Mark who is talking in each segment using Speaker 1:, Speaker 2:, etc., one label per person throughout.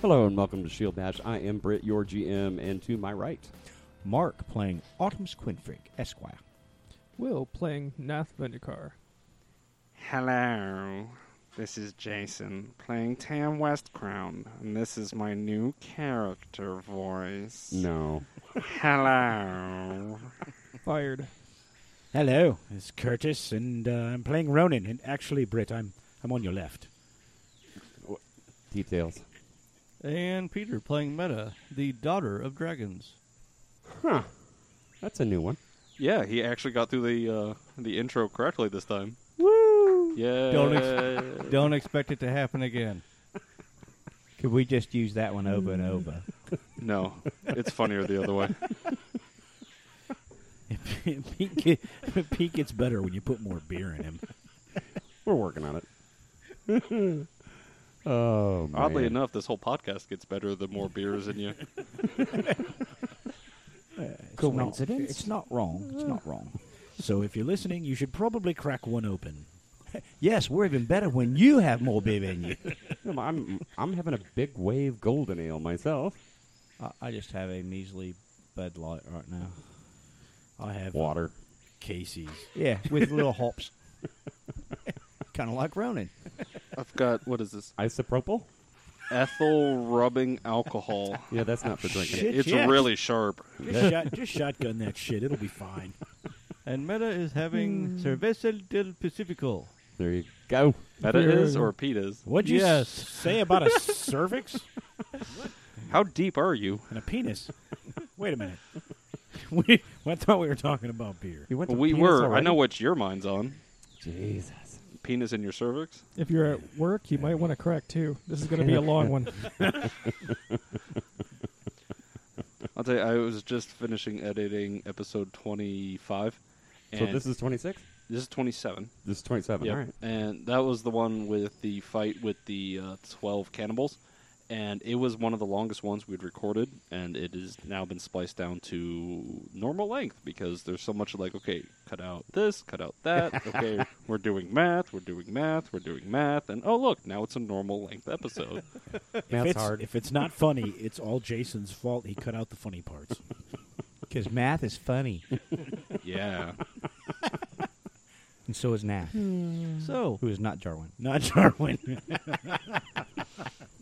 Speaker 1: Hello and welcome to Shield Bash. I am Britt, your GM, and to my right,
Speaker 2: Mark playing Autumn's Quinfrig, Esquire.
Speaker 3: Will playing Nath Vendikar.
Speaker 4: Hello, this is Jason playing Tam Westcrown, and this is my new character voice.
Speaker 1: no,
Speaker 4: Hello.
Speaker 3: Fired.
Speaker 2: Hello, it's Curtis, and uh, I'm playing Ronan. And actually, Britt, I'm I'm on your left.
Speaker 1: details.
Speaker 5: And Peter playing Meta, the daughter of dragons.
Speaker 1: Huh. That's a new one.
Speaker 6: Yeah, he actually got through the uh, the intro correctly this time.
Speaker 1: Woo!
Speaker 6: Yeah.
Speaker 5: Don't ex- don't expect it to happen again.
Speaker 2: Could we just use that one over and over?
Speaker 6: no, it's funnier the other way.
Speaker 2: Pete, get, Pete gets better when you put more beer in him.
Speaker 1: We're working on it. oh, man.
Speaker 6: Oddly enough, this whole podcast gets better the more beer is in you.
Speaker 2: It's not- It's not wrong. It's not wrong. So if you're listening, you should probably crack one open. yes, we're even better when you have more beer in you.
Speaker 1: I'm, I'm I'm having a big wave golden ale myself.
Speaker 7: I, I just have a measly Bud Light right now.
Speaker 2: I have
Speaker 1: Water.
Speaker 2: Casey's.
Speaker 7: Yeah, with little hops. kind of like Ronin.
Speaker 6: I've got what is this?
Speaker 1: Isopropyl?
Speaker 6: Ethyl rubbing alcohol.
Speaker 1: Yeah, that's not for drinking.
Speaker 2: Shit,
Speaker 6: it's
Speaker 2: yes.
Speaker 6: really sharp.
Speaker 2: Just, shot, just shotgun that shit. It'll be fine.
Speaker 5: And Meta is
Speaker 3: Hmm.
Speaker 5: having Cerveza del Pacifico.
Speaker 1: There you go.
Speaker 6: That it is, or Pete is.
Speaker 2: What'd you
Speaker 5: Yes.
Speaker 2: s- say about a cervix
Speaker 6: How deep are you?
Speaker 2: and a penis? Wait a minute. We, I thought we were talking about beer.
Speaker 1: You went to
Speaker 6: We
Speaker 1: penis
Speaker 6: were. I
Speaker 1: already?
Speaker 6: know what your mind's on.
Speaker 1: Jesus.
Speaker 6: Penis in your cervix.
Speaker 3: If you're at work, you might want to crack too. This is going to be a long one.
Speaker 6: I'll tell you. I was just finishing editing episode twenty-five. And
Speaker 1: So this is 26?
Speaker 6: this is twenty-seven.
Speaker 1: This is 27.
Speaker 6: Yep.
Speaker 1: All right.
Speaker 6: And that was the one with the fight with the uh, 12 cannibals. And it was one of the longest ones we'd recorded. And it has now been spliced down to normal length because there's so much like, okay, cut out this, cut out that. Okay, we're doing math, we're doing math, we're doing math. And oh, look, now it's a normal length episode.
Speaker 1: Math's
Speaker 2: if it's,
Speaker 1: hard.
Speaker 2: If it's not funny, it's all Jason's fault. He cut out the funny parts.
Speaker 7: Because math is funny,
Speaker 6: yeah.
Speaker 7: and so is Nath, who
Speaker 3: Hmm.
Speaker 5: So
Speaker 7: is not Jarwin.
Speaker 2: Not Jarwin.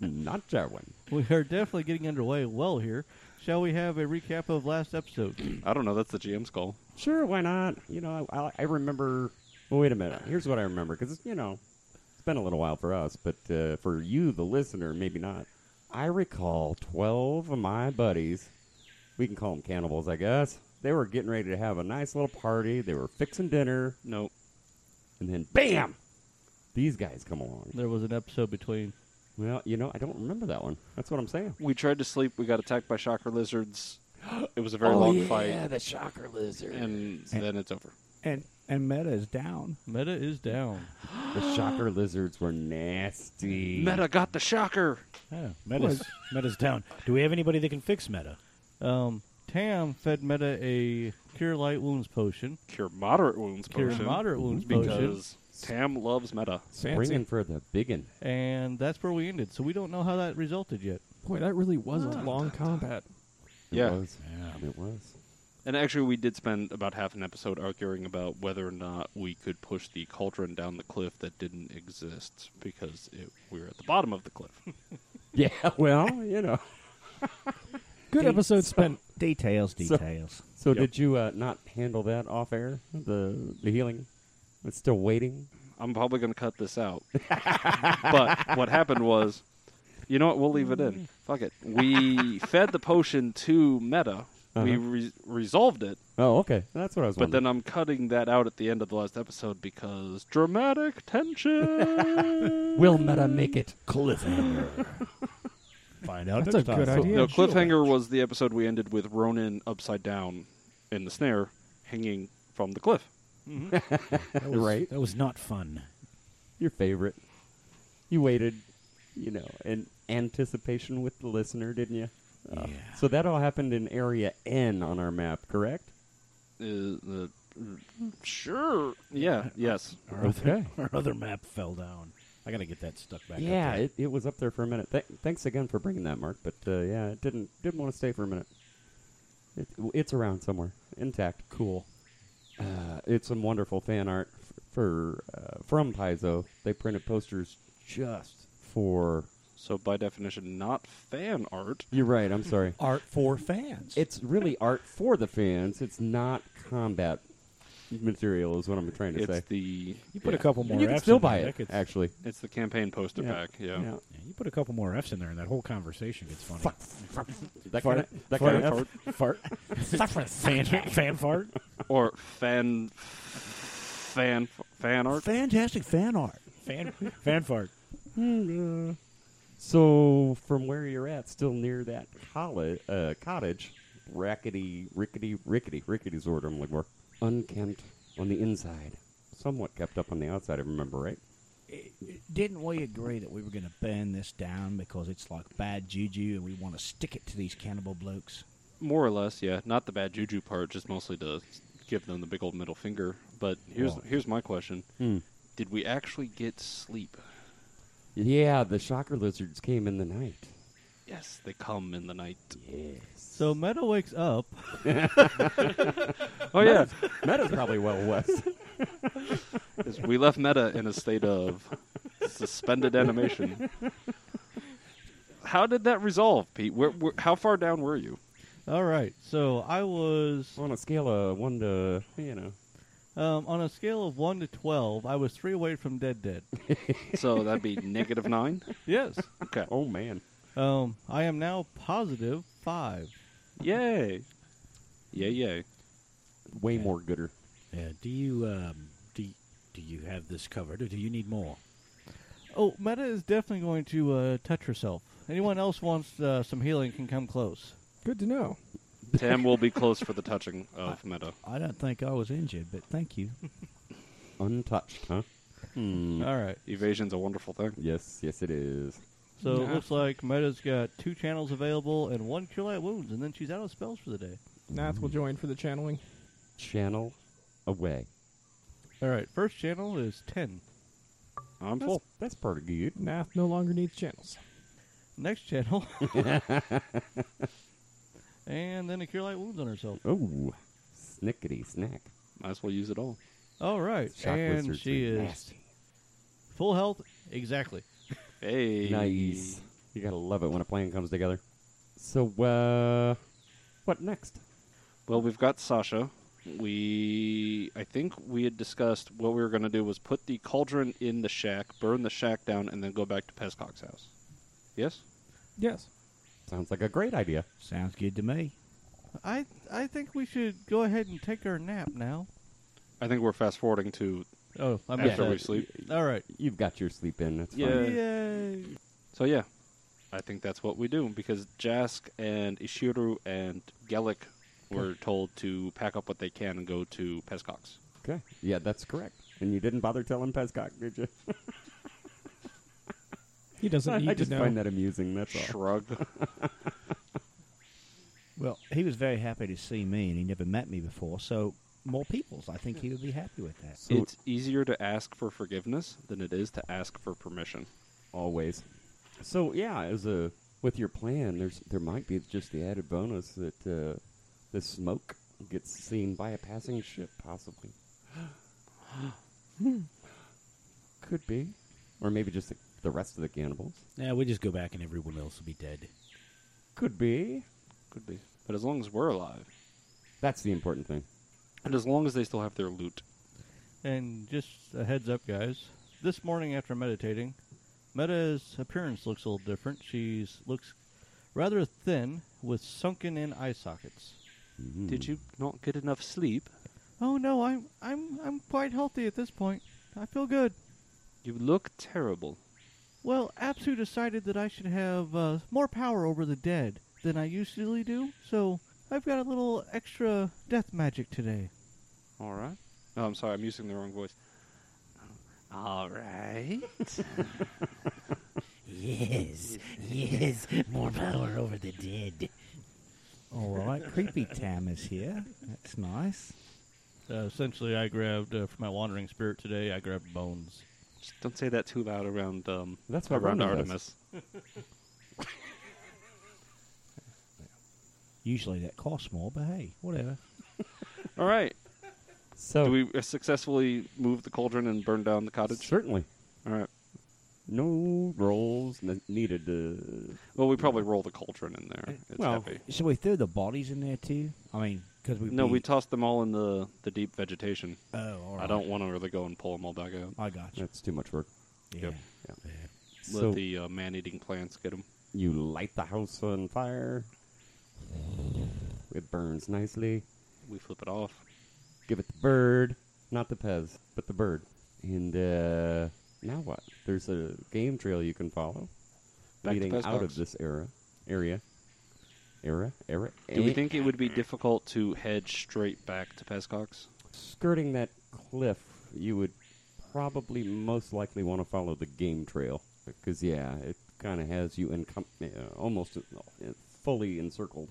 Speaker 1: Not that one.
Speaker 5: we are definitely getting underway well here. Shall we have a recap of last episode?
Speaker 6: I don't know. That's the GM's call.
Speaker 1: Sure, why not? You know, I, I- I remember. Well, wait a minute. Here's what I remember because you know, it's been a little while for us, but uh, for you, the listener, maybe not. I recall twelve of my buddies. We can call them cannibals, I guess. They were getting ready to have a nice little party. They were fixing dinner,
Speaker 6: Nope.
Speaker 1: and then bam, these guys come along.
Speaker 5: There was an episode between.
Speaker 1: Well, you know, I don't remember that one. That's what I'm saying.
Speaker 6: We tried to sleep. We got attacked by shocker lizards. It was a
Speaker 1: Oh,
Speaker 6: very long fight.
Speaker 1: the shocker lizard.
Speaker 6: And then it's over.
Speaker 7: And and Meta is down.
Speaker 5: Meta is down.
Speaker 1: the shocker lizards were nasty.
Speaker 6: Meta got the shocker.
Speaker 2: oh, Meta's, Meta's down. Do we have anybody that can fix Meta?
Speaker 5: Um, Tam fed Meta a cure light wounds potion,
Speaker 6: cure moderate wounds
Speaker 5: cure
Speaker 6: potion
Speaker 5: moderate wounds potion,
Speaker 6: because Tam loves meta.
Speaker 1: Springing for the biggin.
Speaker 5: and that's where we ended. So we don't know how that resulted yet.
Speaker 3: Boy, that really was a long combat.
Speaker 1: It
Speaker 6: Yeah.
Speaker 1: was. It was.
Speaker 6: And actually, we did spend about half an episode arguing about whether or not we could push the cauldron down the cliff that didn't exist because it, we were at the bottom of the cliff.
Speaker 1: Yeah, well, you know.
Speaker 3: Good episode spent.
Speaker 7: Details,
Speaker 1: So-
Speaker 7: details.
Speaker 1: So did you uh, not handle that off air? The the healing? It's still waiting.
Speaker 6: I'm probably going to cut this out. but what happened was, you know what? We'll leave it in. Fuck it. We fed the potion to Meta. We
Speaker 1: Uh-huh.
Speaker 6: re- resolved it,
Speaker 1: Oh, okay. That's what I was.
Speaker 6: but then
Speaker 1: wondering.
Speaker 6: I'm cutting that out at the end of the last episode because dramatic tension.
Speaker 1: will Meta make it?
Speaker 2: Cliffhanger. Find out
Speaker 3: That's
Speaker 2: next
Speaker 3: a
Speaker 2: time.
Speaker 3: good idea.
Speaker 6: no, cliffhanger was the episode we ended with Ronan upside down in the snare, hanging from the cliff.
Speaker 2: That was,
Speaker 1: Right.
Speaker 2: That was not fun.
Speaker 1: Your favorite. You waited, you know, in anticipation with the listener, didn't you? Uh,
Speaker 2: Yeah.
Speaker 1: So that all happened in area N on our map, correct?
Speaker 6: Uh, uh, sure. Yeah. Yes.
Speaker 2: Our, other, our other map fell down. I I gotta get that stuck back. up
Speaker 1: yeah,
Speaker 2: there.
Speaker 1: it, it was up there for a minute. Th- thanks again for bringing that, Mark. But uh, yeah, it didn't didn't want to stay for a minute. It, it's around somewhere, intact.
Speaker 2: cool.
Speaker 1: Uh, it's some wonderful fan art f- for uh, from Paizo. They printed posters just for.
Speaker 6: So by definition, not fan art.
Speaker 1: You're right. I'm sorry.
Speaker 2: Art for fans.
Speaker 1: It's really art for the fans. It's not combat material, is what I'm trying to
Speaker 6: It's
Speaker 1: say.
Speaker 6: the
Speaker 2: you put a
Speaker 6: yeah.
Speaker 2: couple more.
Speaker 1: And you can
Speaker 2: Fs
Speaker 1: still
Speaker 2: in there,
Speaker 1: buy
Speaker 2: that
Speaker 1: it,
Speaker 2: gets-
Speaker 1: actually.
Speaker 6: It's the campaign poster
Speaker 1: Yeah.
Speaker 6: pack. Yeah.
Speaker 1: Yeah.
Speaker 2: yeah, you put a couple more F's in there, and that whole conversation gets funny.
Speaker 1: That kind
Speaker 2: Fart.
Speaker 1: of that
Speaker 2: Fart.
Speaker 1: kind of
Speaker 2: Fart. fan, fan fart.
Speaker 6: Or fan, fan, fan art.
Speaker 7: Fantastic fan art.
Speaker 2: Fan, fan fart.
Speaker 1: So from where you're at, still near that colli- uh, cottage, rackety, rickety, rickety, rickety's order I'm looking for. Unkempt on the inside, somewhat kept up on the outside. I remember right.
Speaker 7: Didn't we agree that we were going to burn this down because it's like bad juju and we want to stick it to these cannibal blokes?
Speaker 6: More or less, yeah. Not the bad juju part, just mostly to give them the big old middle finger. But here's
Speaker 2: Well-
Speaker 6: here's my question:
Speaker 1: Hmm.
Speaker 6: Did we actually get sleep?
Speaker 1: Yeah, the shocker lizards came in the night.
Speaker 6: Yes, they come in the night.
Speaker 1: Yes.
Speaker 5: So Meadow wakes up.
Speaker 1: Oh yeah, Meta's probably well west.
Speaker 6: 'Cause we left Meta in a state of suspended animation. How did that resolve, Pete? Where, where, how far down were you?
Speaker 5: All right. So I was
Speaker 1: on a scale of one to you know,
Speaker 5: um, on a scale of one to twelve. I was three away from dead. Dead.
Speaker 6: So that'd be negative nine.
Speaker 5: yes.
Speaker 6: Okay.
Speaker 1: oh man,
Speaker 5: Um, I am now positive five.
Speaker 6: Yay. Yay! Yay!
Speaker 1: way more gooder.
Speaker 2: Yeah. Do you um, do y- do you have this covered, or do you need more?
Speaker 5: Oh, Meta is definitely going to uh, touch herself. Anyone else wants uh, some healing can come close.
Speaker 3: Good to know.
Speaker 6: Tam will be close for the touching of Meta.
Speaker 7: I don't think I was injured, but thank you.
Speaker 1: Untouched, huh? Hmm.
Speaker 5: All right.
Speaker 6: Evasion's a wonderful thing.
Speaker 1: Yes, yes, it is.
Speaker 5: So it looks like Meta's got two channels available and one cure light wounds, and then she's out of spells for the day.
Speaker 3: Nath will join for the channeling.
Speaker 1: Channel away.
Speaker 5: All right. First channel is ten.
Speaker 6: I'm
Speaker 1: That's,
Speaker 6: full.
Speaker 1: that's pretty good.
Speaker 3: Nath no longer needs channels.
Speaker 5: Next channel. and then a cure light wounds on herself.
Speaker 1: Oh, snickety snack.
Speaker 6: Might as well use it all.
Speaker 5: All right.
Speaker 1: Shock
Speaker 5: and
Speaker 1: wizards
Speaker 5: she
Speaker 1: are
Speaker 5: is
Speaker 1: nasty.
Speaker 5: full health. Exactly.
Speaker 6: Hey.
Speaker 1: Nice. You gotta love it when a plan comes together. So, uh, what next?
Speaker 6: Well, we've got Sasha. We, I think we had discussed what we were going to do was put the cauldron in the shack, burn the shack down, and then go back to Pescock's house. Yes.
Speaker 3: Yes.
Speaker 1: Sounds like a great idea.
Speaker 7: Sounds good to me.
Speaker 5: I I think we should go ahead and take our nap now.
Speaker 6: I think we're fast forwarding to
Speaker 5: Oh, I missed
Speaker 6: after
Speaker 5: that.
Speaker 6: we sleep.
Speaker 5: All right.
Speaker 1: You've got your sleep in. That's
Speaker 6: Yeah.
Speaker 1: fine.
Speaker 5: Yay.
Speaker 6: So yeah, I think that's what we do because Jask and Ishiru and Gelik were told to pack up what they can and go to Pescock's.
Speaker 1: Okay. Yeah, that's correct. And you didn't bother telling Pescock, did you?
Speaker 3: He doesn't need
Speaker 1: I
Speaker 3: to
Speaker 1: just
Speaker 3: know.
Speaker 1: find that amusing. That's all.
Speaker 6: Shrug.
Speaker 7: Well, he was very happy to see me, and he never met me before, so more peoples. I think he would be happy with that.
Speaker 1: So
Speaker 6: it's easier to ask for forgiveness than it is to ask for permission.
Speaker 1: always. So yeah, as a with your plan, there's there might be just the added bonus that uh, the smoke gets seen by a passing ship, possibly.
Speaker 6: Hmm.
Speaker 1: Could be, or maybe just the, the rest of the cannibals.
Speaker 2: Now we just go back, and everyone else will be dead.
Speaker 1: Could be.
Speaker 6: Could be. But as long as we're alive,
Speaker 1: That's the important thing.
Speaker 6: and as long as they still have their loot,
Speaker 5: And just a heads up, guys. This morning after meditating, Meta's appearance looks a little different. She's looks rather thin with sunken in eye sockets.
Speaker 6: did
Speaker 1: Hmm.
Speaker 6: you not get enough sleep?
Speaker 5: Oh no, I'm I'm I'm quite healthy at this point. I feel good.
Speaker 6: You look terrible.
Speaker 5: Well, Apsu decided that I should have uh, more power over the dead than I usually do, so I've got a little extra death magic today.
Speaker 6: All right. No, Oh, I'm sorry. I'm using the wrong voice. All right.
Speaker 8: Yes, yes, more power over the dead.
Speaker 7: All right, creepy Tam is here. That's nice.
Speaker 5: Uh, essentially, I grabbed uh, for my wandering spirit today. I grabbed bones.
Speaker 6: Just don't say that too loud around. Um,
Speaker 1: That's what
Speaker 6: around
Speaker 1: Rhonda does.
Speaker 6: Artemis.
Speaker 7: Usually that costs more, but hey, whatever.
Speaker 6: All right.
Speaker 1: So
Speaker 6: Do we uh, successfully move the cauldron and burn down the cottage?
Speaker 1: certainly
Speaker 6: All right.
Speaker 1: no rolls ne- needed uh, to.
Speaker 6: Well, we probably roll the cauldron in there. It's
Speaker 1: Eh, well,
Speaker 6: heavy.
Speaker 7: So we threw the bodies in there too. I mean, because we
Speaker 6: No, we
Speaker 7: beat-
Speaker 6: tossed them all in the, the deep vegetation.
Speaker 7: oh, all right.
Speaker 6: I don't want to really go and pull them all back out.
Speaker 7: I got you.
Speaker 1: That's too much work.
Speaker 7: Yeah.
Speaker 6: Yep. Let
Speaker 1: So
Speaker 6: the uh, man-eating plants get them.
Speaker 1: you light the house on fire. It burns nicely.
Speaker 6: We flip it off.
Speaker 1: Give it the bird, not the Pez, but the bird. And uh, now what? There's a game trail you can follow
Speaker 6: Back to
Speaker 1: leading
Speaker 6: Pez
Speaker 1: out
Speaker 6: Box.
Speaker 1: of this era, area, era, era.
Speaker 6: Do we
Speaker 1: eh,
Speaker 6: think it would be difficult to head straight back to Pescox?
Speaker 1: skirting that cliff? You would probably most likely want to follow the game trail because yeah, it kind of has you encom- uh, almost uh, fully encircled.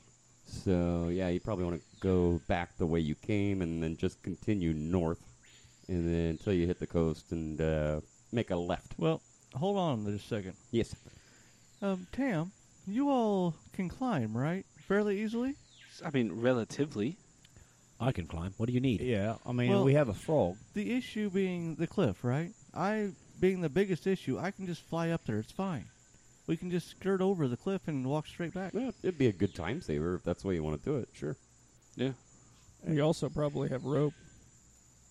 Speaker 1: So yeah, you probably want to go back the way you came and then just continue north, and then until you hit the coast and uh, make a left.
Speaker 5: Well, hold on just a second.
Speaker 1: Yes.
Speaker 5: Um, Tam, you all can climb, right? Fairly easily?
Speaker 6: I mean, relatively.
Speaker 2: I can climb. What do you need?
Speaker 7: Yeah. I mean,
Speaker 5: Well-
Speaker 7: we have a frog.
Speaker 5: The issue being the cliff, right? I, being the biggest issue, I can just fly up there. It's fine. We can just skirt over the cliff and walk straight back.
Speaker 1: Well, it'd be a good time saver if that's the way you want to do it. Sure.
Speaker 6: Yeah.
Speaker 3: We also probably have rope.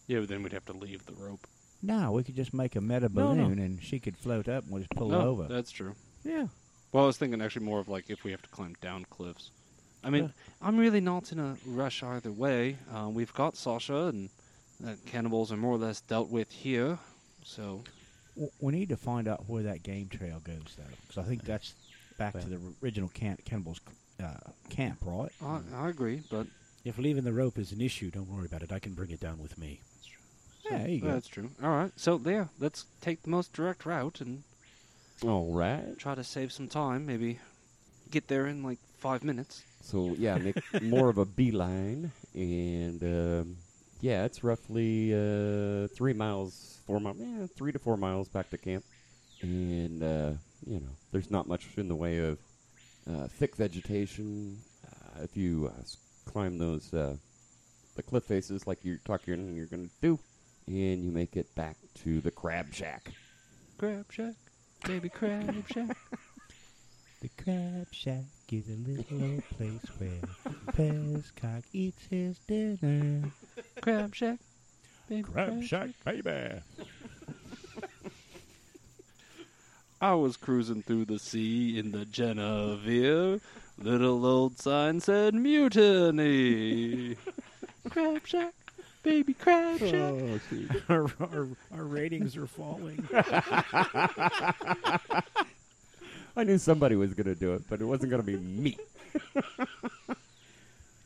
Speaker 6: Yeah, but then we'd have to leave the rope.
Speaker 7: No, we could just make a meta
Speaker 5: No, no.
Speaker 7: balloon and she could float up and we'll just pull her
Speaker 6: no,
Speaker 7: over.
Speaker 6: that's true.
Speaker 5: Yeah.
Speaker 6: Well, I was thinking actually more of like if we have to climb down cliffs. I mean, I'm really not in a rush either way. Um, we've got Sasha, and uh, cannibals are more or less dealt with here. So,
Speaker 7: W- we need to find out where that game trail goes, though, because I think that's back to the original camp, cannibals uh, camp, right?
Speaker 6: I, I agree, but
Speaker 2: If leaving the rope is an issue, don't worry about it. I can bring it down with me.
Speaker 7: yeah, there you go.
Speaker 6: that's true. All right, so yeah, let's take the most direct route and
Speaker 1: All right.
Speaker 6: try to save some time. Maybe get there in like five minutes.
Speaker 1: So yeah, make more of a beeline, and um, yeah, it's roughly uh, three miles, four miles, yeah, three to four miles back to camp, and uh, you know, there's not much in the way of uh, thick vegetation. Uh, if you uh, s- climb those uh, the cliff faces like you're talking, you're going to do, and you make it back to the crab shack.
Speaker 6: Crab shack, baby crab shack.
Speaker 7: The crab shack is a little old place where Pescock eats his dinner.
Speaker 6: Crab Shack. Baby crab Shack, baby. I was cruising through the sea in the Genevieve. Little old sign said mutiny. crab Shack, baby crab shack.
Speaker 2: our, our, our ratings are falling.
Speaker 1: I knew somebody was going to do it, but it wasn't going to be me.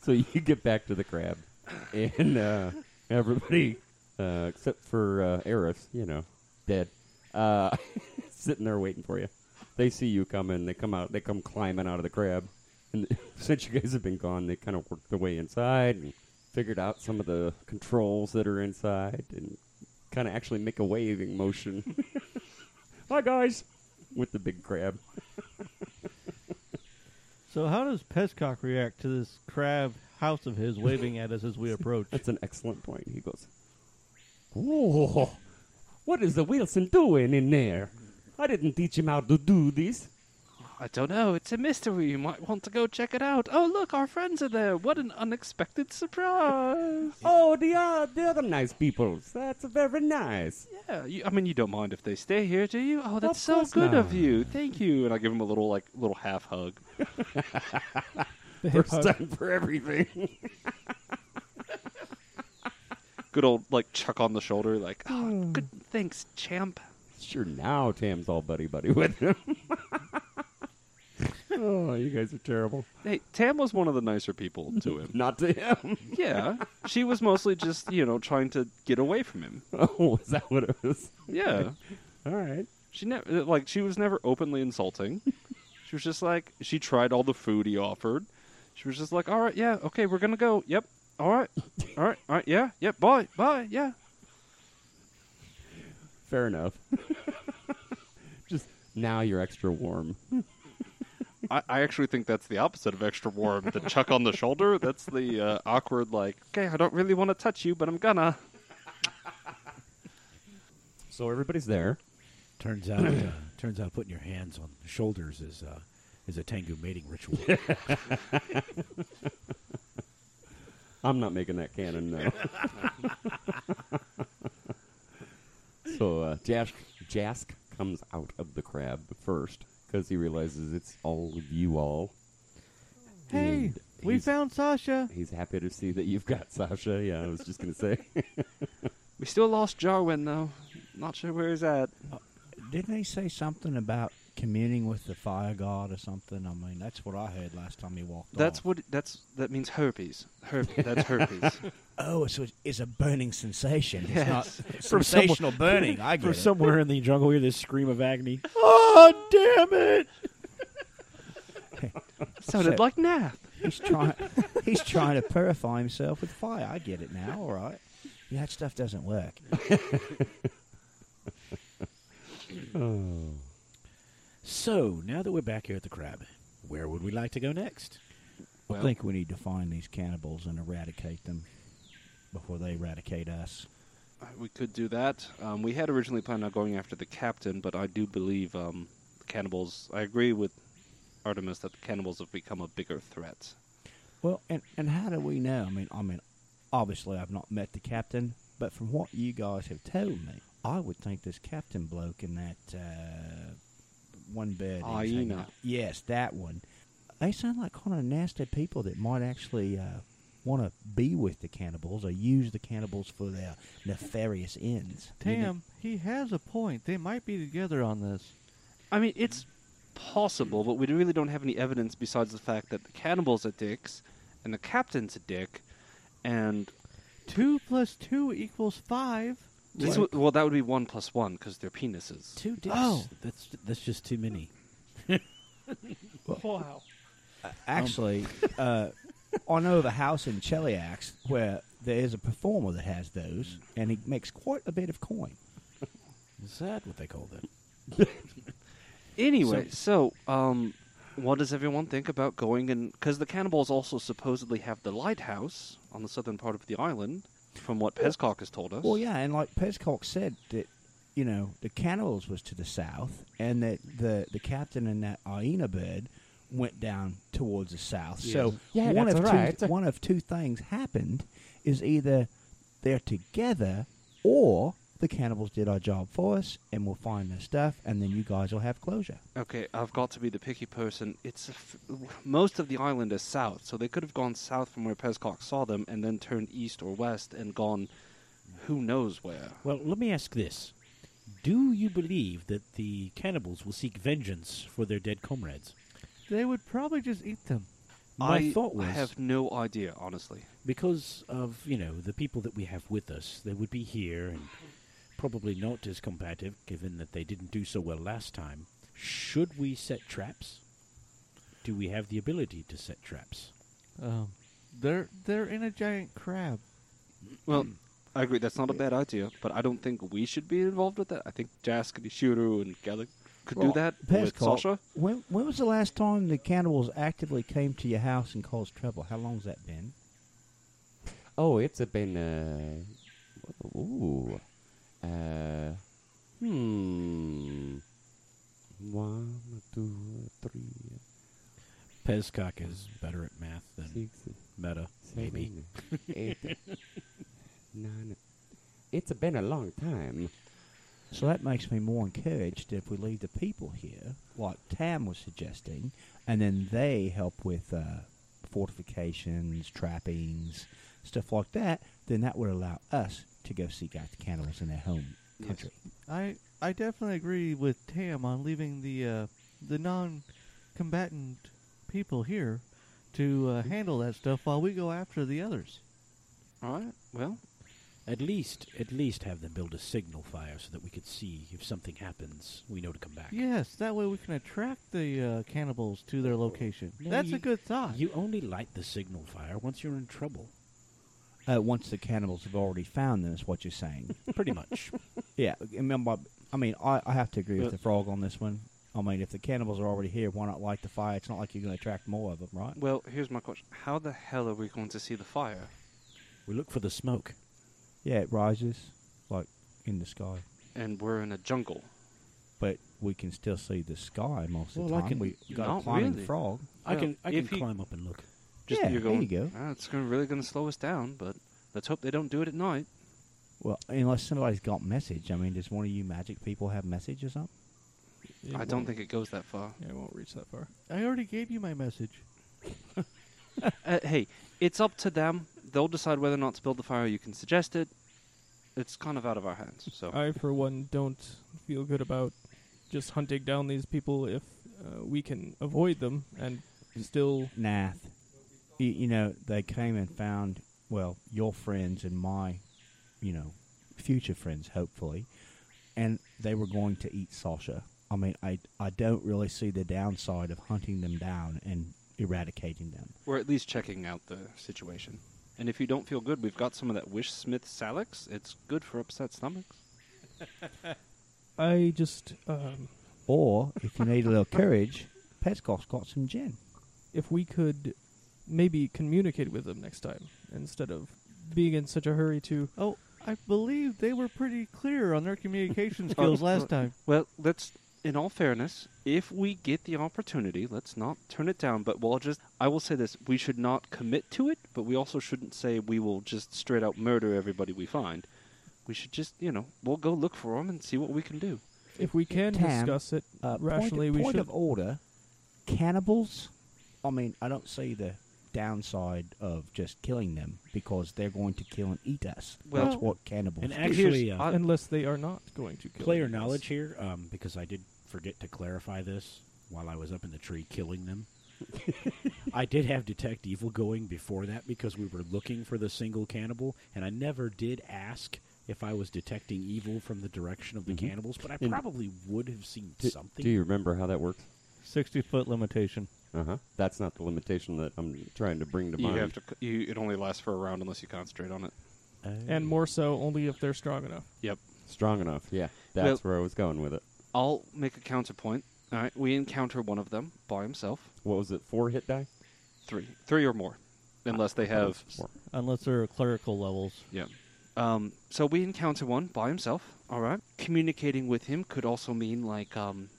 Speaker 1: so you get back to the crab, and uh, everybody, uh, except for uh, Eris, you know, dead, uh, sitting there waiting for you. They see you coming. They come out. They come climbing out of the crab. And since you guys have been gone, they kind of worked their way inside and figured out some of the controls that are inside, and kind of actually make a waving motion. Hi guys, with the big crab.
Speaker 5: So how does Pescock react to this crab house of his waving at us as we approach?
Speaker 1: That's an excellent point. He goes, Whoa, what is the Wilson doing in there? I didn't teach him how to do this.
Speaker 6: I don't know. It's a mystery. You might want to go check it out. Oh, look, our friends are there. What an unexpected surprise.
Speaker 1: Oh, they are, they are the nice people. That's very nice.
Speaker 6: Yeah, you, I mean, you don't mind if they stay here, do you? Oh, that's so
Speaker 1: course
Speaker 6: good of
Speaker 1: not.
Speaker 6: you. Thank you. And I give him a little, like, little half hug.
Speaker 3: The hip
Speaker 1: First
Speaker 3: hug.
Speaker 1: time for everything.
Speaker 6: Good old, like, chuck on the shoulder, like, oh,
Speaker 1: Hmm.
Speaker 6: good, thanks, champ.
Speaker 1: sure, now Tam's all buddy buddy with him. oh, you guys are terrible.
Speaker 6: Hey, Tam was one of the nicer people to him.
Speaker 1: Not to him.
Speaker 6: yeah, she was mostly just, you know, trying to get away from him.
Speaker 1: oh, is that what it was?
Speaker 6: Yeah,
Speaker 1: All right.
Speaker 6: she never, like, she was never openly insulting. She was just like, she tried all the food he offered. She was just like, all right, yeah, okay, we're gonna go. Yep, all right, all right, all right, yeah, yeah, bye, bye, yeah.
Speaker 1: Fair enough. Just now you're extra warm.
Speaker 6: I, I actually think that's the opposite of extra warm. The chuck on the shoulder, that's the uh, awkward, like, okay, I don't really want to touch you, but I'm gonna.
Speaker 1: So everybody's there.
Speaker 2: Turns out, uh, turns out, putting your hands on shoulders is uh, is a Tengu mating ritual.
Speaker 1: I'm not making that canon now. so uh, Jask, Jask comes out of the crab first because he realizes it's all of you all.
Speaker 5: Hey,
Speaker 1: And
Speaker 5: we
Speaker 1: he's-
Speaker 5: found Sasha.
Speaker 1: He's happy to see that you've got Sasha. Yeah, I was just gonna say.
Speaker 6: We still lost Jarwin, though. Not sure where he's at.
Speaker 7: Didn't they say something about communing with the fire god or something? I mean, that's what I heard last time he walked.
Speaker 6: That's
Speaker 7: off.
Speaker 6: what, that's, that means herpes. Herpes, that's herpes.
Speaker 7: Oh, so it's- it's a burning sensation.
Speaker 6: Yes.
Speaker 7: It's
Speaker 3: From
Speaker 7: not
Speaker 3: someone-
Speaker 7: sensational burning. I get
Speaker 3: From
Speaker 7: it.
Speaker 3: somewhere in the jungle, hear this scream of agony.
Speaker 7: oh, damn it!
Speaker 6: Sounded like Nath.
Speaker 7: He's trying. he's trying to purify himself with fire. I get it now. All right. Yeah, that stuff doesn't work. Oh.
Speaker 2: so now that we're back here at the crab, where would we like to go next?
Speaker 7: I think we need to find these cannibals and eradicate them before they eradicate us.
Speaker 6: Uh, We could do that. Um, we had originally planned on going after the captain, but I do believe um, the cannibals. I agree with Artemis that the cannibals have become a bigger threat.
Speaker 7: Well, and and how do we know? I mean, I mean, obviously I've not met the captain, but from what you guys have told me, I would think this captain bloke in that uh, one bed. he's hanging
Speaker 6: Hyena.
Speaker 7: out- Yes, that one. They sound like kind of nasty people that might actually uh, want to be with the cannibals or use the cannibals for their nefarious ends.
Speaker 5: Tam, he has a point. They might be together on this.
Speaker 6: I mean, it's possible, but we really don't have any evidence besides the fact that the cannibals are dicks and the captain's a dick. And
Speaker 5: Two plus two equals five.
Speaker 6: this w- well, that would be one plus one because they're penises.
Speaker 2: Two dicks.
Speaker 5: Oh.
Speaker 2: that's that's just too many.
Speaker 3: Oh, Wow.
Speaker 2: Um,
Speaker 7: Actually, uh, I know of a house in Cheliax where there is a performer that has those, and he makes quite a bit of coin.
Speaker 2: Is that what they call them?
Speaker 6: Anyway, so, um, what does everyone think about going and because the cannibals also supposedly have the lighthouse on the southern part of the island, from what Pezcock has told us.
Speaker 7: Well, yeah, and like Pezcock said that you know the cannibals was to the south, and that the the captain and that hyena bird went down towards the south. So
Speaker 1: Yeah,
Speaker 7: one
Speaker 1: that's
Speaker 7: of
Speaker 1: right.
Speaker 7: two one of two things happened is either they're together or the cannibals did our job for us, and we'll find their stuff, and then you guys will have closure.
Speaker 6: Okay, I've got to be the picky person. It's a f- most of the island is south, so they could have gone south from where Pezcock saw them, and then turned east or west and gone, who knows where.
Speaker 2: Well, let me ask this: Do you believe that the cannibals will seek vengeance for their dead comrades?
Speaker 5: They would probably just eat them.
Speaker 2: My
Speaker 6: I,
Speaker 2: thought was
Speaker 6: I have no idea, honestly.
Speaker 2: because of you know the people that we have with us, they would be here and probably not as combative, given that they didn't do so well last time. Should we set traps? Do we have the ability to set traps?
Speaker 5: Um, they're they're in a giant crab.
Speaker 6: Well,
Speaker 2: Hmm.
Speaker 6: I agree. That's not a bad idea, but I don't think we should be involved with that. I think Jask and Ishiro and Gallic could do that with
Speaker 7: Pezcock,
Speaker 6: Sasha.
Speaker 7: When, when was the last time the cannibals actively came to your house and caused trouble? How long's that been?
Speaker 1: Oh, it's a been uh, ooh, uh, hmm, one, two, three,
Speaker 2: Pezcock is better at math than
Speaker 1: six, uh,
Speaker 2: Meta, maybe.
Speaker 1: seven, eight, uh, nine. It's a been a long time.
Speaker 7: So that makes me more encouraged if we leave the people here, like Tam was suggesting, and then they help with uh, fortifications, trappings, stuff like that, then that would allow us to go seek out the cannibals in their home country.
Speaker 5: I I definitely agree with Tam on leaving the uh, the non-combatant people here to uh, handle that stuff while we go after the others.
Speaker 6: All right. Well,
Speaker 2: At least, at least have them build a signal fire so that we could see if something happens. We know to come back.
Speaker 5: Yes, that way we can attract the uh, cannibals to their location.
Speaker 2: No,
Speaker 5: That's
Speaker 2: you-
Speaker 5: a good thought.
Speaker 2: You only light the signal fire once you're in trouble.
Speaker 7: Uh, once the cannibals have already found them, is what you're saying.
Speaker 2: Pretty much.
Speaker 7: yeah, I mean, I- I, mean I, I have to agree
Speaker 9: Yeah.
Speaker 7: with the frog on this one. I mean, if the cannibals are already here, why not light the fire? It's not like you're going to attract more of them, right?
Speaker 6: Well, here's my question. How the hell are we going to see the fire?
Speaker 2: we look for the smoke.
Speaker 7: Yeah, it rises like in the sky,
Speaker 6: And we're in a jungle.
Speaker 7: but we can still see the sky most of the
Speaker 2: Well, I
Speaker 7: time.
Speaker 2: can-
Speaker 7: we got a
Speaker 6: not
Speaker 7: climbing
Speaker 6: really.
Speaker 7: frog.
Speaker 2: I
Speaker 6: Well,
Speaker 2: can I can
Speaker 6: if he-
Speaker 2: climb up and look.
Speaker 7: yeah,
Speaker 6: you're
Speaker 7: there
Speaker 6: going,
Speaker 7: you go.
Speaker 6: "Ah, it's gonna, really going to slow us down, but let's hope they don't do it at night.
Speaker 7: Well, unless somebody's got message. I mean, does one of you magic people have message or something?
Speaker 3: It
Speaker 6: I don't
Speaker 3: won't-
Speaker 6: think it goes that far.
Speaker 3: Yeah, it won't reach that far.
Speaker 5: I already gave you my message.
Speaker 6: Uh, hey, it's up to them. They'll decide whether or not to build the fire. You can suggest it. It's kind of out of our hands. So
Speaker 3: I, for one, don't feel good about just hunting down these people if uh, we can avoid them and still.
Speaker 7: Nath. You, you know, they came and found, well, your friends and my, you know, future friends, hopefully, and they were going to eat Sasha. I mean, I, I don't really see the downside of hunting them down and eradicating them.
Speaker 6: we're at least checking out the situation. And if you don't feel good, we've got some of that Wish Smith Salix. It's good for upset stomachs.
Speaker 3: I just. Um,
Speaker 7: Or, if you need a little courage, Petkoff's got some gin.
Speaker 3: if we could maybe communicate with them next time instead of being in such a hurry to.
Speaker 5: Oh, I believe they were pretty clear on their communication skills last time.
Speaker 6: Uh, Well, let's. In all fairness, if we get the opportunity, let's not turn it down. But we'll just. I will say this: we should not commit to it, but we also shouldn't say we will just straight out murder everybody we find. We should just, you know, we'll go look for them and see what we can do.
Speaker 3: If we can
Speaker 7: Tam,
Speaker 3: discuss it
Speaker 7: Uh,
Speaker 3: rationally,
Speaker 7: point,
Speaker 3: we
Speaker 7: point
Speaker 3: should.
Speaker 7: of order, cannibals. I mean, I don't see the downside of just killing them because they're going to kill and eat us.
Speaker 6: Well-
Speaker 7: That's what cannibals.
Speaker 2: And
Speaker 7: do.
Speaker 2: actually,
Speaker 6: Here's-
Speaker 2: uh,
Speaker 6: I-
Speaker 3: unless they are not going to kill
Speaker 2: player
Speaker 3: us.
Speaker 2: knowledge here, um, because I did forget to clarify this while I was up in the tree killing them. I did have detect evil going before that because we were looking for the single cannibal, and I never did ask if I was detecting evil from the direction of the cannibals, but I
Speaker 1: Mm-hmm. And-
Speaker 2: probably would have seen
Speaker 1: D-
Speaker 2: something.
Speaker 1: Do you remember how that works?
Speaker 5: 60 foot limitation.
Speaker 1: Uh huh. That's not the limitation that I'm trying to bring to mind.
Speaker 9: You have to. c- You, it only lasts for a round unless you concentrate on it.
Speaker 2: Uh,
Speaker 3: And more so only if they're strong enough.
Speaker 9: Yep.
Speaker 1: Strong enough. Yeah, that's where I was going with it.
Speaker 6: I'll make a counterpoint. All right, we encounter one of them by himself.
Speaker 1: What was it? Four hit die.
Speaker 6: Three, three or more, unless they have.
Speaker 1: Four.
Speaker 5: Unless they're clerical levels.
Speaker 6: Yeah. Um, so we encounter one by himself. All right. Communicating with him could also mean like, um,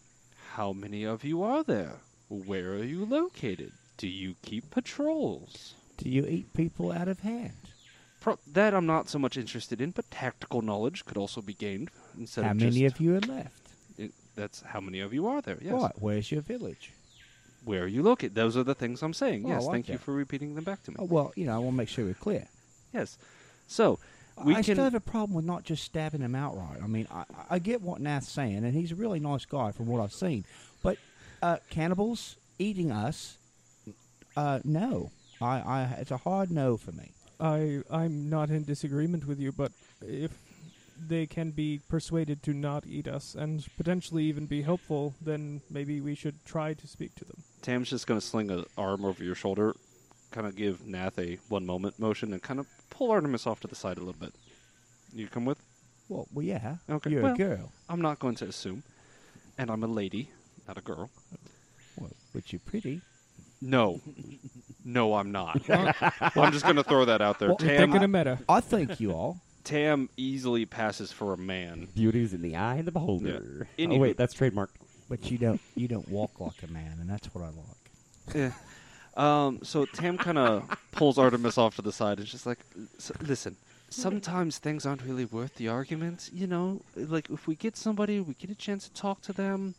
Speaker 6: how many of you are there? Where are you located? Do you keep patrols?
Speaker 7: Do you eat people out of hand?
Speaker 6: Pro- that I'm not so much interested in, but tactical knowledge could also be gained instead
Speaker 7: How
Speaker 6: of
Speaker 7: many
Speaker 6: just.
Speaker 7: of you are left?
Speaker 6: it- that's how many of you are there. Yes.
Speaker 7: Right. Where's your village?
Speaker 6: Where are you located? Those are the things I'm saying.
Speaker 7: Oh, I
Speaker 6: yes.
Speaker 7: like
Speaker 6: thank you
Speaker 7: that.
Speaker 6: for repeating them back to me.
Speaker 7: Oh, well, you know, I want to make sure we're clear.
Speaker 6: Yes. So we
Speaker 7: I
Speaker 6: can.
Speaker 7: still have a problem with not just stabbing them outright. I mean, I, I get what Nath's saying, and he's a really nice guy from what I've seen. But uh, cannibals eating us, uh, no. I, I, it's a hard no for me.
Speaker 3: I I'm not in disagreement with you, but if they can be persuaded to not eat us and potentially even be helpful, then maybe we should try to speak to them.
Speaker 9: Tam's just going to sling an arm over your shoulder, kind of give Nath a one moment motion, and kind of pull Artemis off to the side a little bit. You come with?
Speaker 7: Well, well yeah.
Speaker 6: Okay,
Speaker 7: You're
Speaker 6: well-
Speaker 7: a girl.
Speaker 6: I'm not going to assume, and I'm a lady, not a girl.
Speaker 7: Well, but you're pretty.
Speaker 9: No. no, I'm not. I'm just going to throw that out there.
Speaker 7: Well,
Speaker 3: You're
Speaker 9: Tam,
Speaker 3: thinking of meta.
Speaker 7: I think you are.
Speaker 9: Tam easily passes for a man.
Speaker 1: Beauty's in the eye of the beholder.
Speaker 9: Yeah.
Speaker 1: Oh
Speaker 9: Anywho.
Speaker 1: wait, that's trademarked.
Speaker 7: But you don't you don't walk like a man, and that's what I like.
Speaker 6: Yeah. Um, so Tam kind of pulls Artemis off to the side and she's like, "S- listen, sometimes things aren't really worth the argument. You know, like if we get somebody, we get a chance to talk to them.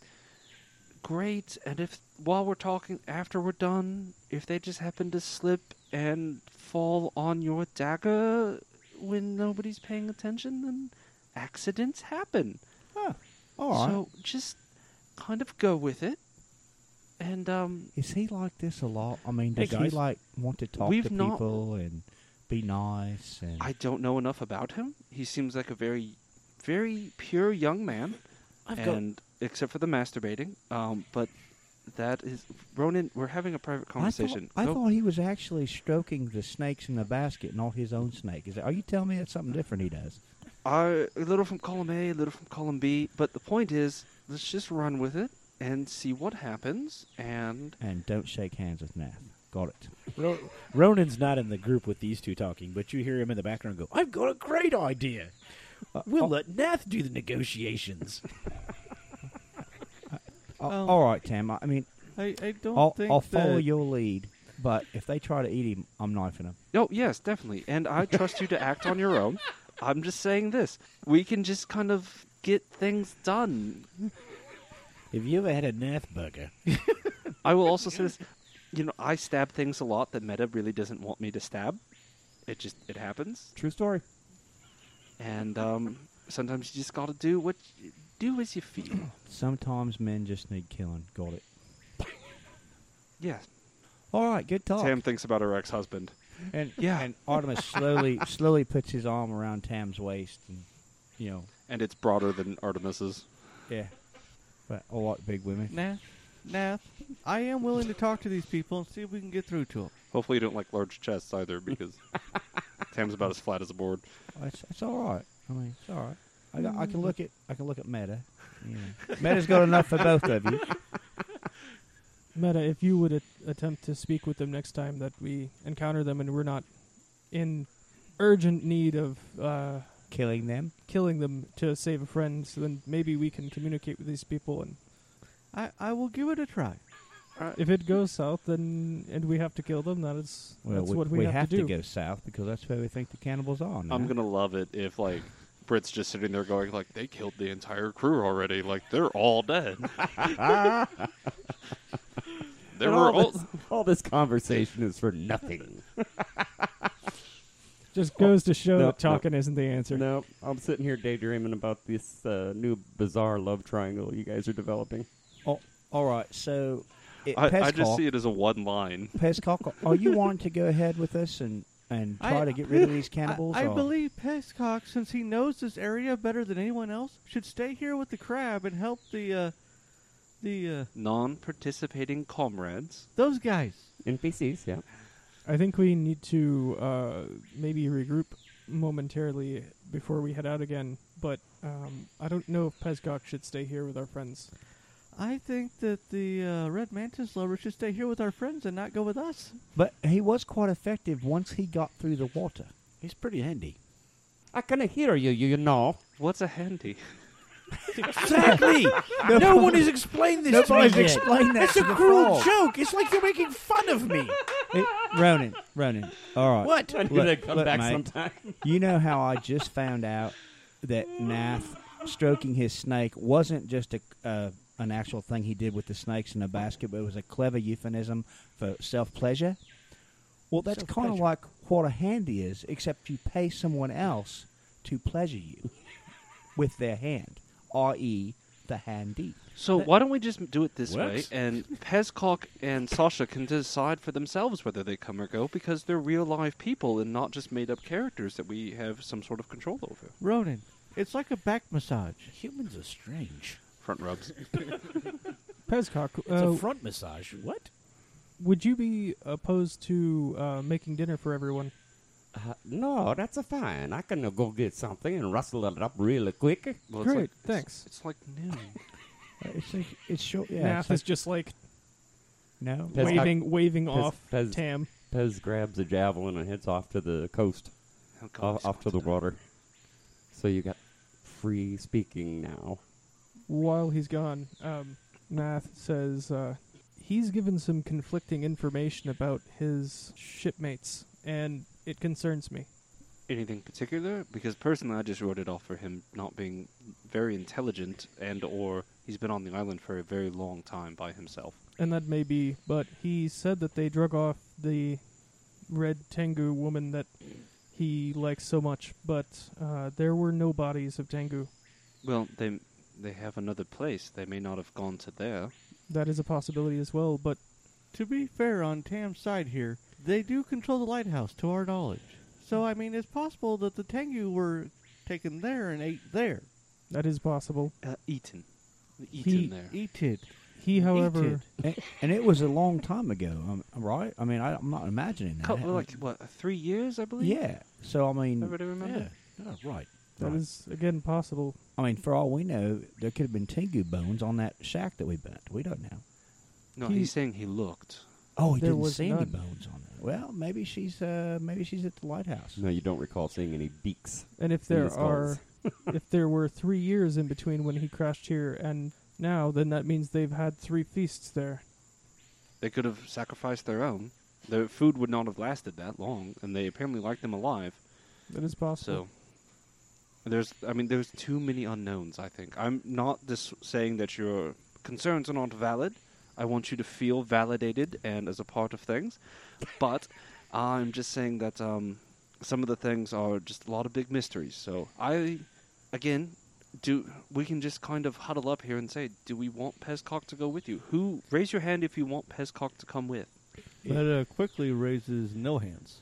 Speaker 6: Great. And if while we're talking, after we're done, if they just happen to slip and fall on your dagger when nobody's paying attention, then accidents happen.
Speaker 7: Huh. All right.
Speaker 6: So just kind of go with it. And um,
Speaker 7: Is he like this a lot? I mean,
Speaker 2: Hey,
Speaker 7: does he
Speaker 2: guys.
Speaker 7: like want to talk
Speaker 6: We've
Speaker 7: to
Speaker 6: not-
Speaker 7: people and be nice? And
Speaker 6: I don't know enough about him. He seems like a very, very pure young man,
Speaker 2: I've got
Speaker 6: and except for the masturbating, um, but that is Ronan. We're having a private conversation. Oh.
Speaker 7: I, thought, I
Speaker 6: Go-
Speaker 7: thought he was actually stroking the snakes in the basket, not his own snake. Is that, are you telling me that's something different he does?
Speaker 6: Uh, a little from column A, a little from column B. But the point is, let's just run with it and see what happens. And
Speaker 7: And don't shake hands with Nath. Got it.
Speaker 2: Ro- Ronan's not in the group with these two talking, but you hear him in the background go, I've got a great idea.
Speaker 7: Uh, Oh.
Speaker 2: We'll let Nath do the negotiations.
Speaker 7: A-
Speaker 5: Um,
Speaker 7: uh, all right, Tam. I, I mean,
Speaker 5: I, I don't
Speaker 7: I'll,
Speaker 5: think
Speaker 7: I'll follow
Speaker 5: that-
Speaker 7: your lead, but if they try to eat him, I'm knifing him.
Speaker 6: oh yes, definitely. And I trust you to act on your own. I'm just saying this. We can just kind of get things done.
Speaker 2: Have you ever had a Nath burger?
Speaker 6: I will also say this. You know, I stab things a lot that Meta really doesn't want me to stab. It just it happens.
Speaker 1: True story.
Speaker 6: And um, sometimes you just gotta do what you, do as you feel.
Speaker 7: Sometimes men just need killing. Got it.
Speaker 6: Yeah.
Speaker 7: All right, good talk.
Speaker 10: Tam thinks about her ex-husband.
Speaker 7: And
Speaker 6: Yeah.
Speaker 7: and Artemis slowly slowly puts his arm around Tam's waist, and you know,
Speaker 10: And it's broader than Artemis's.
Speaker 7: yeah. But I like big women.
Speaker 5: Nath, Nath, I am willing to talk to these people and see if we can get through to them.
Speaker 10: Hopefully you don't like large chests either because Tam's about as flat as a board.
Speaker 7: It's, it's all right. I mean, it's all right. I, got,
Speaker 3: Mm.
Speaker 7: I can look at I can look at Meta. You know. Meta's got enough for both of you.
Speaker 3: Meta, if you would at- attempt to speak with them next time that we encounter them and we're not in urgent need of uh,
Speaker 7: Killing them.
Speaker 3: killing them to save a friend, so then maybe we can communicate with these people. And
Speaker 5: I, I will give it a try.
Speaker 3: if it goes south, then and we have to kill them, that is that's what we, have, to do.
Speaker 7: go south because that's where we think the cannibals are. Now.
Speaker 10: I'm gonna love it if like Brit's just sitting there going like they killed the entire crew already. Like they're all dead. there
Speaker 1: And
Speaker 10: were
Speaker 1: all
Speaker 10: all
Speaker 1: this, all this conversation is for nothing.
Speaker 3: Just goes to show
Speaker 1: No,
Speaker 3: that talking isn't the answer.
Speaker 1: No, I'm sitting here daydreaming about this uh, new bizarre love triangle you guys are developing.
Speaker 7: Oh, all right. So, it,
Speaker 10: I, I just
Speaker 7: Peskov-
Speaker 10: see it as a one line.
Speaker 7: Peskov, are you wanting to go ahead with us and and try
Speaker 5: I-
Speaker 7: to get rid of these
Speaker 5: I,
Speaker 7: cannibals?
Speaker 5: I
Speaker 7: or-
Speaker 5: believe Pescock, since he knows this area better than anyone else, should stay here with the crab and help the uh, the uh,
Speaker 6: Non-participating comrades.
Speaker 5: those guys.
Speaker 1: NPCs, yeah.
Speaker 3: I think we need to uh, maybe regroup momentarily before we head out again. But um, I don't know if Pezcock should stay here with our friends.
Speaker 5: I think that the uh, red mantis lover should stay here with our friends and not go with us.
Speaker 7: But he was quite effective once he got through the water.
Speaker 2: He's pretty handy.
Speaker 1: I can hear you, you, you know.
Speaker 6: What's a handy?
Speaker 2: Exactly! no, one has explained this
Speaker 7: Nobody's
Speaker 2: to me yet.
Speaker 7: explained that
Speaker 2: It's
Speaker 7: to
Speaker 2: a
Speaker 7: the
Speaker 2: cruel
Speaker 7: frog.
Speaker 2: joke. It's like you're making fun of me.
Speaker 7: It, Ronan, Ronan. All right.
Speaker 2: What?
Speaker 1: I need
Speaker 7: Look-
Speaker 1: to come
Speaker 7: look,
Speaker 1: back
Speaker 7: mate.
Speaker 1: sometime.
Speaker 7: You know how I just found out that Nath stroking his snake wasn't just a, uh, an actual thing he did with the snakes in a basket, but it was a clever euphemism for self pleasure? Well, that's kind of
Speaker 2: Self-pleasure.
Speaker 7: like what a handy is, except you pay someone else to pleasure you with their hand, i.e., the handy.
Speaker 6: So why don't we just do it this
Speaker 2: Works.
Speaker 6: way, and Pezcock and Sasha can decide for themselves whether they come or go because they're real live people and not just made up characters that we have some sort of control over.
Speaker 5: Ronan, it's like a back massage.
Speaker 2: Humans are strange.
Speaker 10: Front rubs.
Speaker 3: Pezcock,
Speaker 2: It's
Speaker 3: uh,
Speaker 2: a front massage. What?
Speaker 3: would you be opposed to uh, making dinner for everyone?
Speaker 1: Uh, no, that's a fine. I can uh, go get something and rustle it up really quick.
Speaker 10: Well,
Speaker 3: Great,
Speaker 10: it's like,
Speaker 3: thanks.
Speaker 10: It's, it's like noon.
Speaker 7: It's, like, it's short. Yeah.
Speaker 3: Nath
Speaker 7: it's
Speaker 3: is
Speaker 7: like-
Speaker 3: just like
Speaker 7: no.
Speaker 1: Pez-
Speaker 3: waving, waving
Speaker 1: Pez-
Speaker 3: off
Speaker 1: Pez-
Speaker 3: Tam.
Speaker 1: Pez grabs a javelin and heads off to the coast,
Speaker 6: Oh, God,
Speaker 1: off,
Speaker 6: it's
Speaker 1: off to the
Speaker 6: not-
Speaker 1: water. So you got free speaking now.
Speaker 3: While he's gone, um, Nath says uh, he's given some conflicting information about his shipmates, and it concerns me.
Speaker 6: Anything particular? Because personally, I just wrote it off for him not being very intelligent and or he's been on the island for a very long time by himself.
Speaker 3: and that may be, but he said that they drug off the red Tengu woman that he likes so much, but uh, there were no bodies of Tengu.
Speaker 6: Well, they they have another place. They may not have gone to there.
Speaker 3: That is a possibility as well, but
Speaker 5: To be fair, on Tam's side here, they do control the lighthouse to our knowledge. So, I mean, it's possible that the Tengu were taken there and ate there.
Speaker 3: that is possible.
Speaker 6: Uh, Eaton. Eaton
Speaker 3: He-
Speaker 6: there.
Speaker 5: Eated.
Speaker 3: He, however,
Speaker 7: and, and it was a long time ago, um, right? I mean, I, I'm not imagining that.
Speaker 6: Cou- like what? Three years, I believe.
Speaker 7: yeah. So I mean,
Speaker 6: Everybody remember?
Speaker 2: Yeah. Oh, right.
Speaker 3: that is again possible.
Speaker 7: I mean, for all we know, there could have been Tengu bones on that shack that we burnt. We don't know.
Speaker 6: No,
Speaker 3: He-
Speaker 6: he's saying he looked.
Speaker 7: Oh, he
Speaker 3: There
Speaker 7: didn't
Speaker 3: was
Speaker 7: see any
Speaker 3: none.
Speaker 7: bones on it. Well, maybe she's uh, maybe she's at the lighthouse.
Speaker 1: No, you don't recall seeing any beaks.
Speaker 3: And if
Speaker 1: in
Speaker 3: there
Speaker 1: his
Speaker 3: are,
Speaker 1: skulls.
Speaker 3: if there were three years in between when he crashed here and now, then that means they've had three feasts there.
Speaker 6: They could have sacrificed their own. Their food would not have lasted that long, and they apparently liked them alive.
Speaker 3: That is
Speaker 6: So
Speaker 3: possible.
Speaker 6: there's, I mean, there's too many unknowns. I think I'm not just saying that your concerns are not valid. I want you to feel validated and as a part of things, but I'm just saying that um, some of the things are just a lot of big mysteries. So I, again, do we can just kind of huddle up here and say, do we want Pezcock to go with you? Who raise your hand if you want Pezcock to come with?
Speaker 5: Meta uh, quickly raises no hands.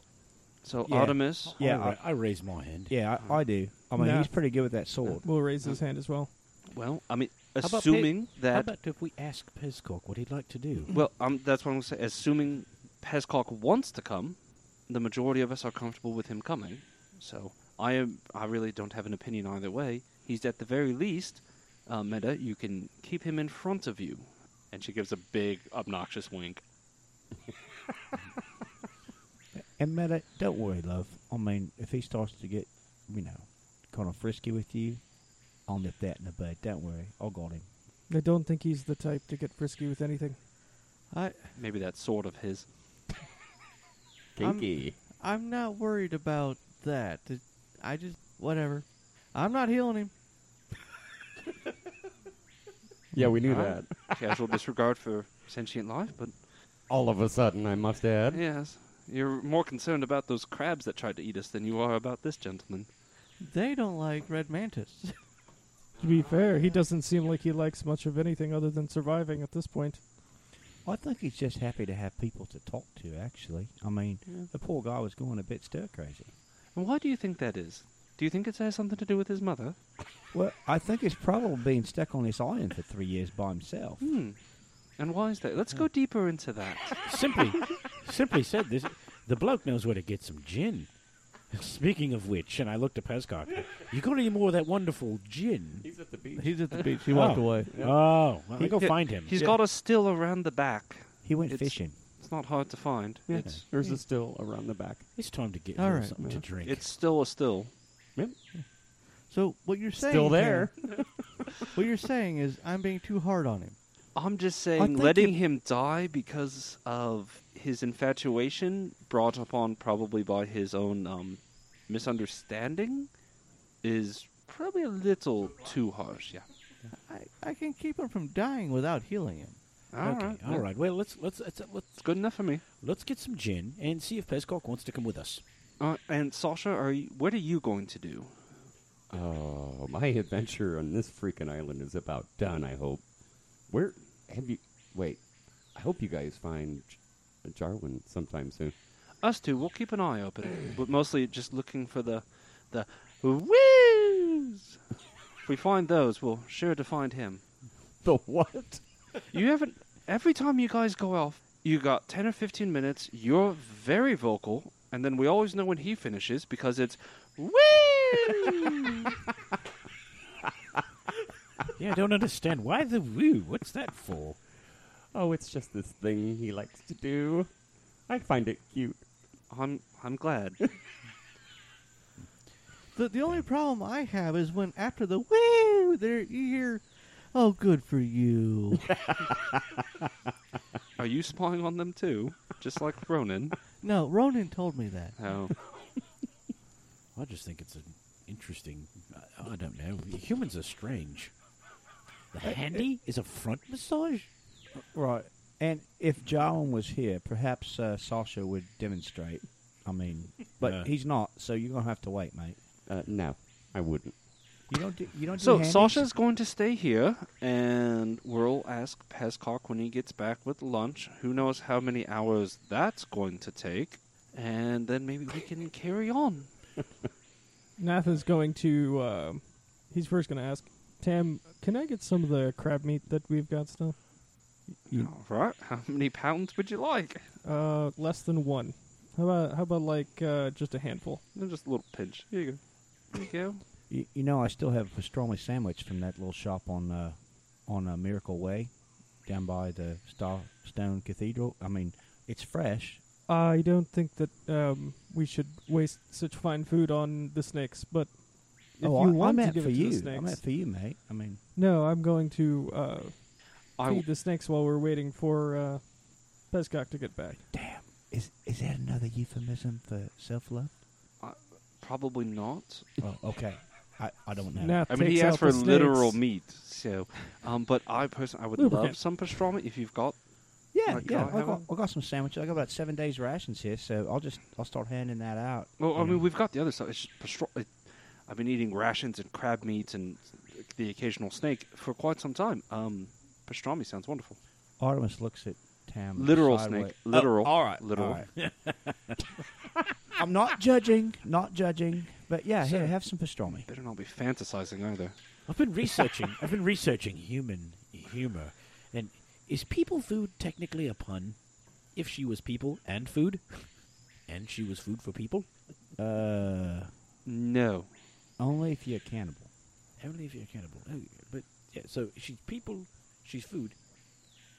Speaker 6: So
Speaker 7: Yeah.
Speaker 6: Artemis,
Speaker 7: Yeah,
Speaker 2: I, ra- I raise my hand.
Speaker 7: Yeah, I, I do. I mean,
Speaker 3: Nah.
Speaker 7: he's pretty good with that sword.
Speaker 3: We'll raise his hand as well.
Speaker 6: well, I mean,
Speaker 2: about
Speaker 6: assuming
Speaker 2: How
Speaker 6: that
Speaker 2: about if we ask Pezcock what he'd like to do?
Speaker 6: Well, um, that's what I'm going to say. Assuming Pezcock wants to come, the majority of us are comfortable with him coming. So I am. I really don't have an opinion either way. He's at the very least, uh, Meta. You can keep him in front of you.
Speaker 11: And she gives a big, obnoxious wink.
Speaker 7: And Meta, don't worry, love. I mean, if he starts to get, you know, kind of frisky with you, I'll nip that in the bud. Don't worry, I'll guard him.
Speaker 3: I don't think he's the type to get frisky with anything.
Speaker 5: I
Speaker 6: Maybe that sword of his.
Speaker 1: Kinky.
Speaker 5: I'm not worried about that. It- I just whatever. I'm not healing him.
Speaker 1: yeah, we knew
Speaker 6: Huh?
Speaker 1: that.
Speaker 6: Casual disregard for sentient life, but
Speaker 1: All of a sudden, I must add.
Speaker 6: yes, you're more concerned about those crabs that tried to eat us than you are about this gentleman.
Speaker 5: They don't like red mantis.
Speaker 3: To be fair, he doesn't seem like he likes much of anything other than surviving at this point.
Speaker 7: I think he's just happy to have people to talk to. Actually, I mean, the poor guy was going a bit stir crazy.
Speaker 6: And why do you think that is? Do you think it has something to do with his mother?
Speaker 7: Well, I think it's probably being stuck on this island for three years by himself.
Speaker 6: Hmm. And why is that? Let's go deeper into that.
Speaker 2: simply, simply said this. The bloke knows where to get some gin. Speaking of which, and I looked at Pezcock. You got any more of that wonderful gin?
Speaker 1: He's at the beach.
Speaker 5: He's at the beach. He walked
Speaker 2: Oh.
Speaker 5: away.
Speaker 2: Oh, well, I
Speaker 6: He-
Speaker 2: go
Speaker 6: yeah,
Speaker 2: find him.
Speaker 6: He's got a still around the back.
Speaker 7: He went
Speaker 6: It's-
Speaker 7: fishing.
Speaker 6: It's not hard to find.
Speaker 1: Yeah,
Speaker 6: It's
Speaker 1: there's a still around the back.
Speaker 2: It's time to get
Speaker 5: All
Speaker 2: him
Speaker 5: right,
Speaker 2: something to
Speaker 1: man.
Speaker 2: drink.
Speaker 6: it's still a still.
Speaker 5: So what you're saying?
Speaker 1: Still there.
Speaker 5: Tanner, what you're saying is I'm being too hard on him.
Speaker 6: I'm just
Speaker 7: I
Speaker 6: saying,
Speaker 7: think
Speaker 6: letting
Speaker 7: it-
Speaker 6: him die because of his infatuation, brought upon probably by his own um, misunderstanding, is probably a little too harsh. Yeah.
Speaker 5: I, I can keep him from dying without healing him.
Speaker 6: All right.
Speaker 2: okay, all right. Well, let's let's let's let's
Speaker 6: It's good enough for me.
Speaker 2: let's get some gin and see if Pezcock wants to come with us.
Speaker 6: Uh, and Sasha, are you, what are you going to do?
Speaker 1: Oh, my adventure on this freaking island is about done. I hope. Where have you? Wait, I hope you guys find J- Jarwin sometime soon.
Speaker 6: Us two, we'll keep an eye open, but mostly just looking for the the whiz. If we find those, we'll sure to find him.
Speaker 1: The what?
Speaker 6: You haven't. Every time you guys go off, you got ten or fifteen minutes. You're very vocal, and then we always know when he finishes because it's whiz.
Speaker 2: Yeah, I don't understand why the woo. What's that for?
Speaker 1: Oh, it's just this thing he likes to do. I find it cute.
Speaker 6: I'm I'm glad.
Speaker 5: The the only problem I have is when after the woo, there you hear, "Oh, good for you."
Speaker 6: Are you spying on them too, just like Ronan?
Speaker 5: no, Ronan told me that.
Speaker 6: Oh,
Speaker 2: I just think it's an interesting. I, I don't know. Humans are strange. The
Speaker 6: Uh,
Speaker 2: handy is a front massage.
Speaker 7: Right. And if Jarwin was here, perhaps uh, Sasha would demonstrate. I mean, but
Speaker 2: Yeah.
Speaker 7: he's not, so you're gonna have to wait, mate.
Speaker 1: Uh, no, I wouldn't.
Speaker 7: You don't. Do, you don't. do
Speaker 6: so
Speaker 7: handies?
Speaker 6: Sasha's going to stay here, and we'll ask Pezcock when he gets back with lunch. Who knows how many hours that's going to take, and then maybe we can carry on.
Speaker 3: Nath is going to. Uh, he's first going to ask Tam, "Can I get some of the crab meat that we've got still?"
Speaker 7: You-
Speaker 6: All right. How many pounds would you like?
Speaker 3: Uh, less than one. How about how about like uh, just a handful?
Speaker 6: No, just a little pinch. Here you go. Here you go.
Speaker 7: You, you know, I still have a pastrami sandwich from that little shop on uh, on uh, Miracle Way, down by the Star Stone Cathedral. I mean, it's fresh.
Speaker 3: I don't think that um, we should waste such fine food on the snakes, but if
Speaker 7: oh,
Speaker 3: you
Speaker 7: I,
Speaker 3: want
Speaker 7: I meant
Speaker 3: to give
Speaker 7: for
Speaker 3: it to
Speaker 7: you.
Speaker 3: the
Speaker 7: I
Speaker 3: snakes,
Speaker 7: meant for you, mate. I mean,
Speaker 3: no, I'm going to uh,
Speaker 6: I
Speaker 3: feed the snakes while we're waiting for uh, Peskok to get back.
Speaker 7: damn, is is that another euphemism for self love?
Speaker 6: probably not.
Speaker 7: oh, okay. I, I don't know.
Speaker 3: Nath
Speaker 6: I mean,
Speaker 3: takes
Speaker 6: he asked
Speaker 3: out
Speaker 6: for
Speaker 3: the
Speaker 6: literal
Speaker 3: snakes.
Speaker 6: meat. So, um, but I personally, I would love
Speaker 3: Lubricant.
Speaker 6: some pastrami if you've got.
Speaker 7: Yeah,
Speaker 6: Like,
Speaker 7: yeah.
Speaker 6: uh,
Speaker 7: I
Speaker 6: have
Speaker 7: got,
Speaker 6: a-
Speaker 7: I got some sandwiches. I got about seven days rations here, so I'll just I'll start handing that out.
Speaker 6: Well,
Speaker 7: you
Speaker 6: I
Speaker 7: know.
Speaker 6: mean, we've got the other stuff. It's just pastrami. It, I've been eating rations and crab meats and the occasional snake for quite some time. Um, pastrami sounds wonderful.
Speaker 7: Artemis looks at Tam.
Speaker 6: Literal
Speaker 7: sideways.
Speaker 6: snake. Literal.
Speaker 7: Oh, all right.
Speaker 6: Literal.
Speaker 7: all right. I'm not judging. Not judging. But yeah, here, have some pastrami.
Speaker 6: Better not be fantasizing either.
Speaker 2: I've been researching. I've been researching human humor, and is people food technically a pun? If she was people and food, and she was food for people,
Speaker 7: Uh,
Speaker 6: No.
Speaker 7: only if you're a cannibal.
Speaker 2: only if you're cannibal. Oh, but yeah, so she's people, she's food,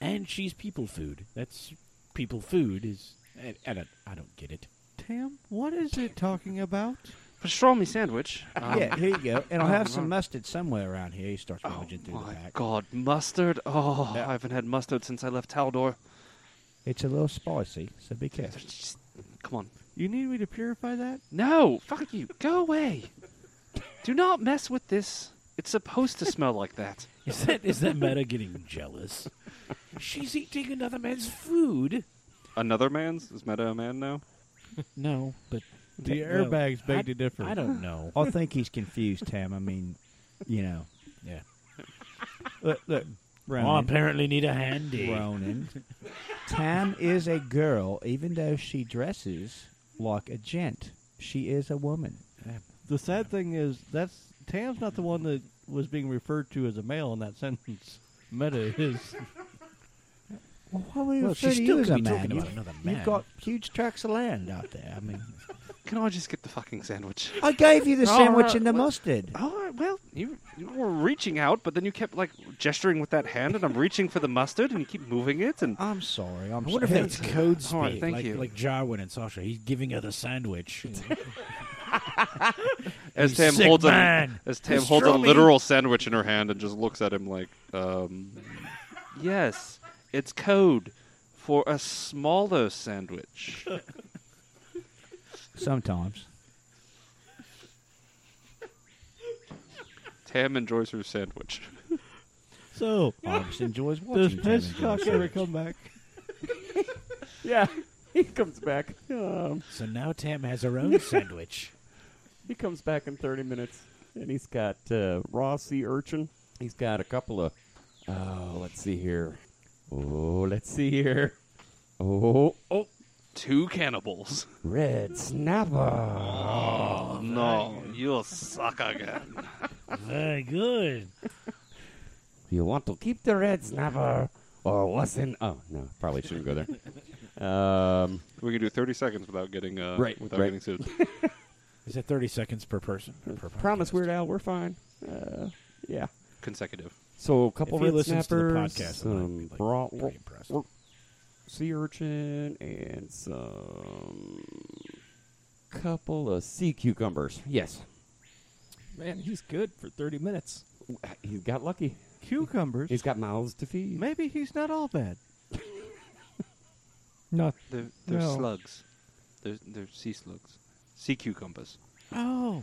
Speaker 2: and she's people food. That's people food is. I, I don't. I don't get it.
Speaker 5: Tam, what is it talking about?
Speaker 6: Pastrami sandwich. Um,
Speaker 7: yeah, here you go. And I'll
Speaker 6: oh,
Speaker 7: have some
Speaker 6: right.
Speaker 7: mustard somewhere around here. He starts
Speaker 6: Oh
Speaker 7: rummaging through the
Speaker 6: my
Speaker 7: pack.
Speaker 6: god, mustard! Oh,
Speaker 7: Yeah.
Speaker 6: I haven't had mustard since I left Taldor.
Speaker 7: It's a little spicy, so be careful.
Speaker 6: Just- Come on.
Speaker 5: You need me to purify that?
Speaker 6: No, fuck you. Go away. Do not mess with this. It's supposed to smell like that.
Speaker 2: Is that is that Meta getting jealous? She's eating another man's food.
Speaker 12: Another man's? Is Meta a man now?
Speaker 2: No, but
Speaker 5: The
Speaker 2: well,
Speaker 5: airbags beg
Speaker 2: I-
Speaker 5: to differ.
Speaker 2: I don't know.
Speaker 7: I think he's confused, Tam. I mean, you know.
Speaker 2: Yeah.
Speaker 7: Look, look.
Speaker 2: Well,
Speaker 7: Ronan.
Speaker 2: Oh, apparently need a handy.
Speaker 7: Ronan. Tam is a girl, even though she dresses like a gent. She is a woman.
Speaker 5: The sad thing is that's Tam's not the one that was being referred to as a male in that sentence. Meta is.
Speaker 7: Well, why would
Speaker 2: Well,
Speaker 7: refer
Speaker 2: she
Speaker 7: to
Speaker 2: still
Speaker 7: you as
Speaker 2: could
Speaker 7: a
Speaker 2: be
Speaker 7: man?
Speaker 2: talking
Speaker 7: You-
Speaker 2: about another
Speaker 7: You've
Speaker 2: man.
Speaker 7: got huge tracts of land out there. I mean,
Speaker 6: Can I just get the fucking sandwich?
Speaker 7: I gave you the
Speaker 6: All
Speaker 7: sandwich
Speaker 6: right,
Speaker 7: and the
Speaker 6: well-
Speaker 7: mustard.
Speaker 6: All right, well, you, you were reaching out, but then you kept, like, gesturing with that hand, and I'm reaching for the mustard, and you keep moving it, and.
Speaker 7: I'm sorry. I'm
Speaker 2: I wonder if
Speaker 7: sorry.
Speaker 2: that's code
Speaker 6: All
Speaker 2: speak,
Speaker 6: right, thank
Speaker 2: like,
Speaker 6: you.
Speaker 2: like Jarwin and Sasha. He's giving her the sandwich.
Speaker 12: As
Speaker 6: Ah,
Speaker 2: You
Speaker 12: Tam
Speaker 2: sick
Speaker 12: holds
Speaker 2: man.
Speaker 12: a as Tam holds a literal sandwich in her hand and just looks at him like, um,
Speaker 6: Yes, it's code for a smaller sandwich.
Speaker 7: Sometimes.
Speaker 12: Tam enjoys her sandwich.
Speaker 5: So,
Speaker 7: Arms enjoys watching.
Speaker 5: does
Speaker 7: Tam enjoy
Speaker 5: Pidgecock ever
Speaker 7: sandwich.
Speaker 5: come back?
Speaker 1: Yeah, he comes back. Um,
Speaker 2: so now Tam has her own sandwich.
Speaker 1: he comes back in 30 minutes, and he's got uh, raw sea urchin. He's got a couple of. Oh, let's see here. Oh, let's see here. Oh, oh,
Speaker 6: Two cannibals.
Speaker 1: red snapper.
Speaker 6: Oh, no, you'll suck again.
Speaker 2: Very good.
Speaker 1: You want to keep the red snapper, or what's in? Oh no, probably shouldn't go there. Um,
Speaker 12: We can do 30 seconds without getting uh,
Speaker 1: Right,
Speaker 12: without
Speaker 1: right.
Speaker 12: getting sued.
Speaker 2: Is that 30 seconds per person? Per
Speaker 1: promise,
Speaker 2: podcast?
Speaker 1: Weird Al, we're fine. Uh, yeah.
Speaker 12: consecutive.
Speaker 1: So a
Speaker 2: If
Speaker 1: couple
Speaker 2: he
Speaker 1: red
Speaker 2: listens to the
Speaker 1: snappers,
Speaker 2: podcast, I might
Speaker 1: some
Speaker 2: be, like,
Speaker 1: bra-
Speaker 2: pretty impressed.
Speaker 1: or- sea urchin, and some couple of sea cucumbers. Yes,
Speaker 3: Man, he's good for 30 minutes.
Speaker 1: he's got lucky.
Speaker 5: Cucumbers.
Speaker 1: He's got mouths to feed.
Speaker 5: Maybe he's not all bad.
Speaker 3: Not
Speaker 6: They're, they're
Speaker 3: No.
Speaker 6: slugs. They're, they're sea slugs. Sea cucumbers.
Speaker 5: Oh.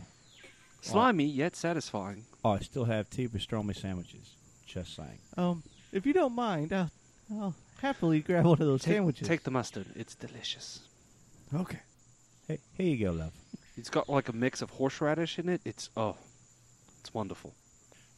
Speaker 6: Slimy yet satisfying.
Speaker 7: Oh, I still have two pastrami sandwiches. Just saying.
Speaker 5: Um, if you don't mind, I'll, I'll happily grab one of those
Speaker 6: Take,
Speaker 5: sandwiches.
Speaker 6: take the mustard. It's delicious.
Speaker 5: okay.
Speaker 7: Hey, here you go, love.
Speaker 6: It's got like a mix of horseradish in it. It's oh, it's wonderful.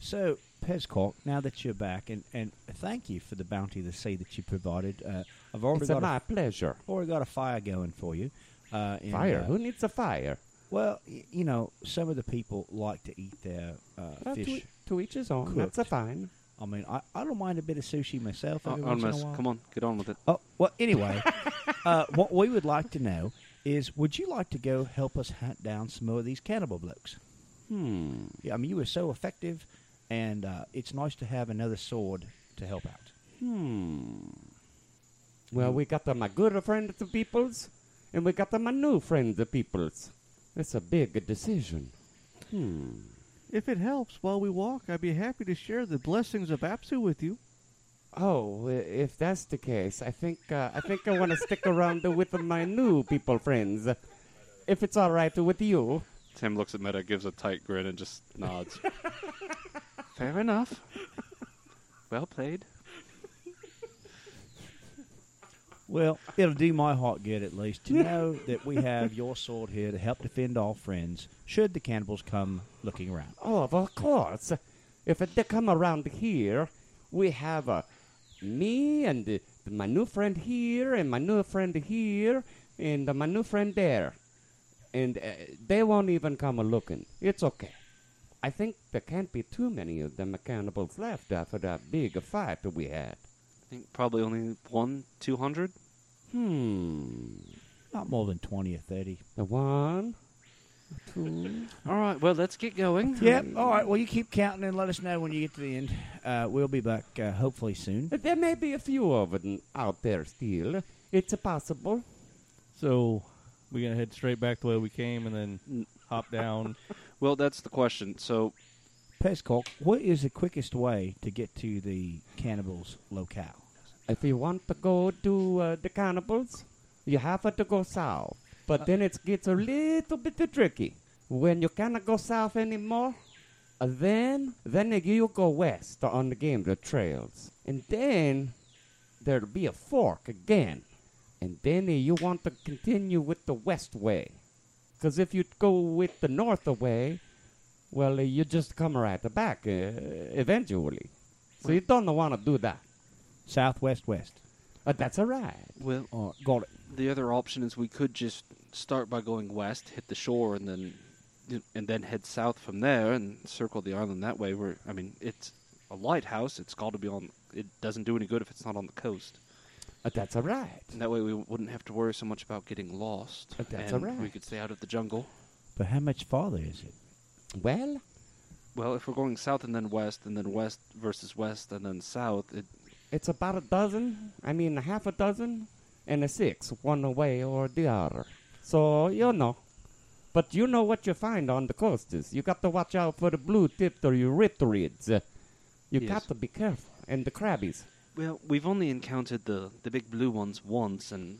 Speaker 7: So, Pezcock, now that you're back, and, and thank you for the bounty of the sea that you provided. Uh, I've already
Speaker 1: It's a
Speaker 7: got
Speaker 1: my
Speaker 7: a,
Speaker 1: pleasure.
Speaker 7: already got a fire going for you. Uh, and,
Speaker 1: Fire?
Speaker 7: uh,
Speaker 1: Who needs a fire?
Speaker 7: well, y- you know, some of the people like to eat their uh,
Speaker 1: Uh, to,
Speaker 7: fish.
Speaker 1: to each his own. That's a
Speaker 7: cooked.
Speaker 1: fine.
Speaker 7: I mean, I, I don't mind a bit of sushi myself.
Speaker 6: Uh,
Speaker 7: every once in a
Speaker 6: Artemis,
Speaker 7: while.
Speaker 6: come on, get on with it.
Speaker 7: Oh, well, anyway, uh, what we would like to know is would you like to go help us hunt down some more of these cannibal blokes?
Speaker 1: Hmm.
Speaker 7: Yeah, I mean, you were so effective, and uh, it's nice to have another sword to help out.
Speaker 1: Hmm. Well, we got them a good friend the peoples, and we got them a new friend the peoples. That's a big decision. Hmm.
Speaker 5: If it helps while we walk, I'd be happy to share the blessings of Apsu with you.
Speaker 1: Oh, i- if that's the case, I think uh, I think I want to stick around with my new people friends, if it's all right with you.
Speaker 13: Tim looks at Meta, gives a tight grin, and just nods.
Speaker 6: Fair enough. well played.
Speaker 7: Well, it'll do my heart good at least to know that we have your sword here to help defend all friends should the cannibals come looking around.
Speaker 1: Oh, of course. If they come around here, we have uh, me and uh, my new friend here, and my new friend here, and uh, my new friend there. And uh, they won't even come a looking. It's okay. I think there can't be too many of them cannibals left after that big fight that we had.
Speaker 6: I think probably only one, two hundred.
Speaker 1: Hmm.
Speaker 7: Not more than 20 or 30.
Speaker 1: The one, two.
Speaker 6: All right, well, let's get going.
Speaker 7: Yep. All right. Well, you keep counting and let us know when you get to the end. Uh, we'll be back uh, hopefully soon.
Speaker 1: There may be a few of them out there still. It's possible.
Speaker 5: So we gonna head straight back the way we came and then hop down.
Speaker 13: well, that's the question. So
Speaker 7: Pescock, what is the quickest way to get to the cannibals' locale?
Speaker 1: If you want to go to uh, the cannibals, you have to go south. But then it gets a little bit tricky. When you cannot go south anymore, uh, then then you go west on the game the trails, and then there'll be a fork again, and then you want to continue with the west way, because if you go with the north way, well you just come right back uh, eventually. So you don't want to do that.
Speaker 7: Southwest west.
Speaker 1: Uh, that's all right. Oh,
Speaker 6: Well,
Speaker 7: All right, got it.
Speaker 6: the other option is we could just start by going west, hit the shore, and then and then head south from there and circle the island that way. Where I mean, it's a lighthouse. It's got to be on. It doesn't do any good if it's not on the coast.
Speaker 1: Uh, that's all right.
Speaker 6: And that way, we wouldn't have to worry so much about getting lost.
Speaker 1: But that's
Speaker 6: and
Speaker 1: alright.
Speaker 6: We could stay out of the jungle.
Speaker 7: But how much farther is it?
Speaker 1: Well,
Speaker 6: Well, if we're going south and then west, and then west versus west, and then south, it,
Speaker 1: it's about a dozen. I mean, a half a dozen and a six, one way or the other. So, you know. But you know what you find on the coast is. You got to watch out for the blue tipped or eurythrids. Uh, You
Speaker 6: Yes.
Speaker 1: got to be careful. And the crabbies.
Speaker 6: well, we've only encountered the the big blue ones once, and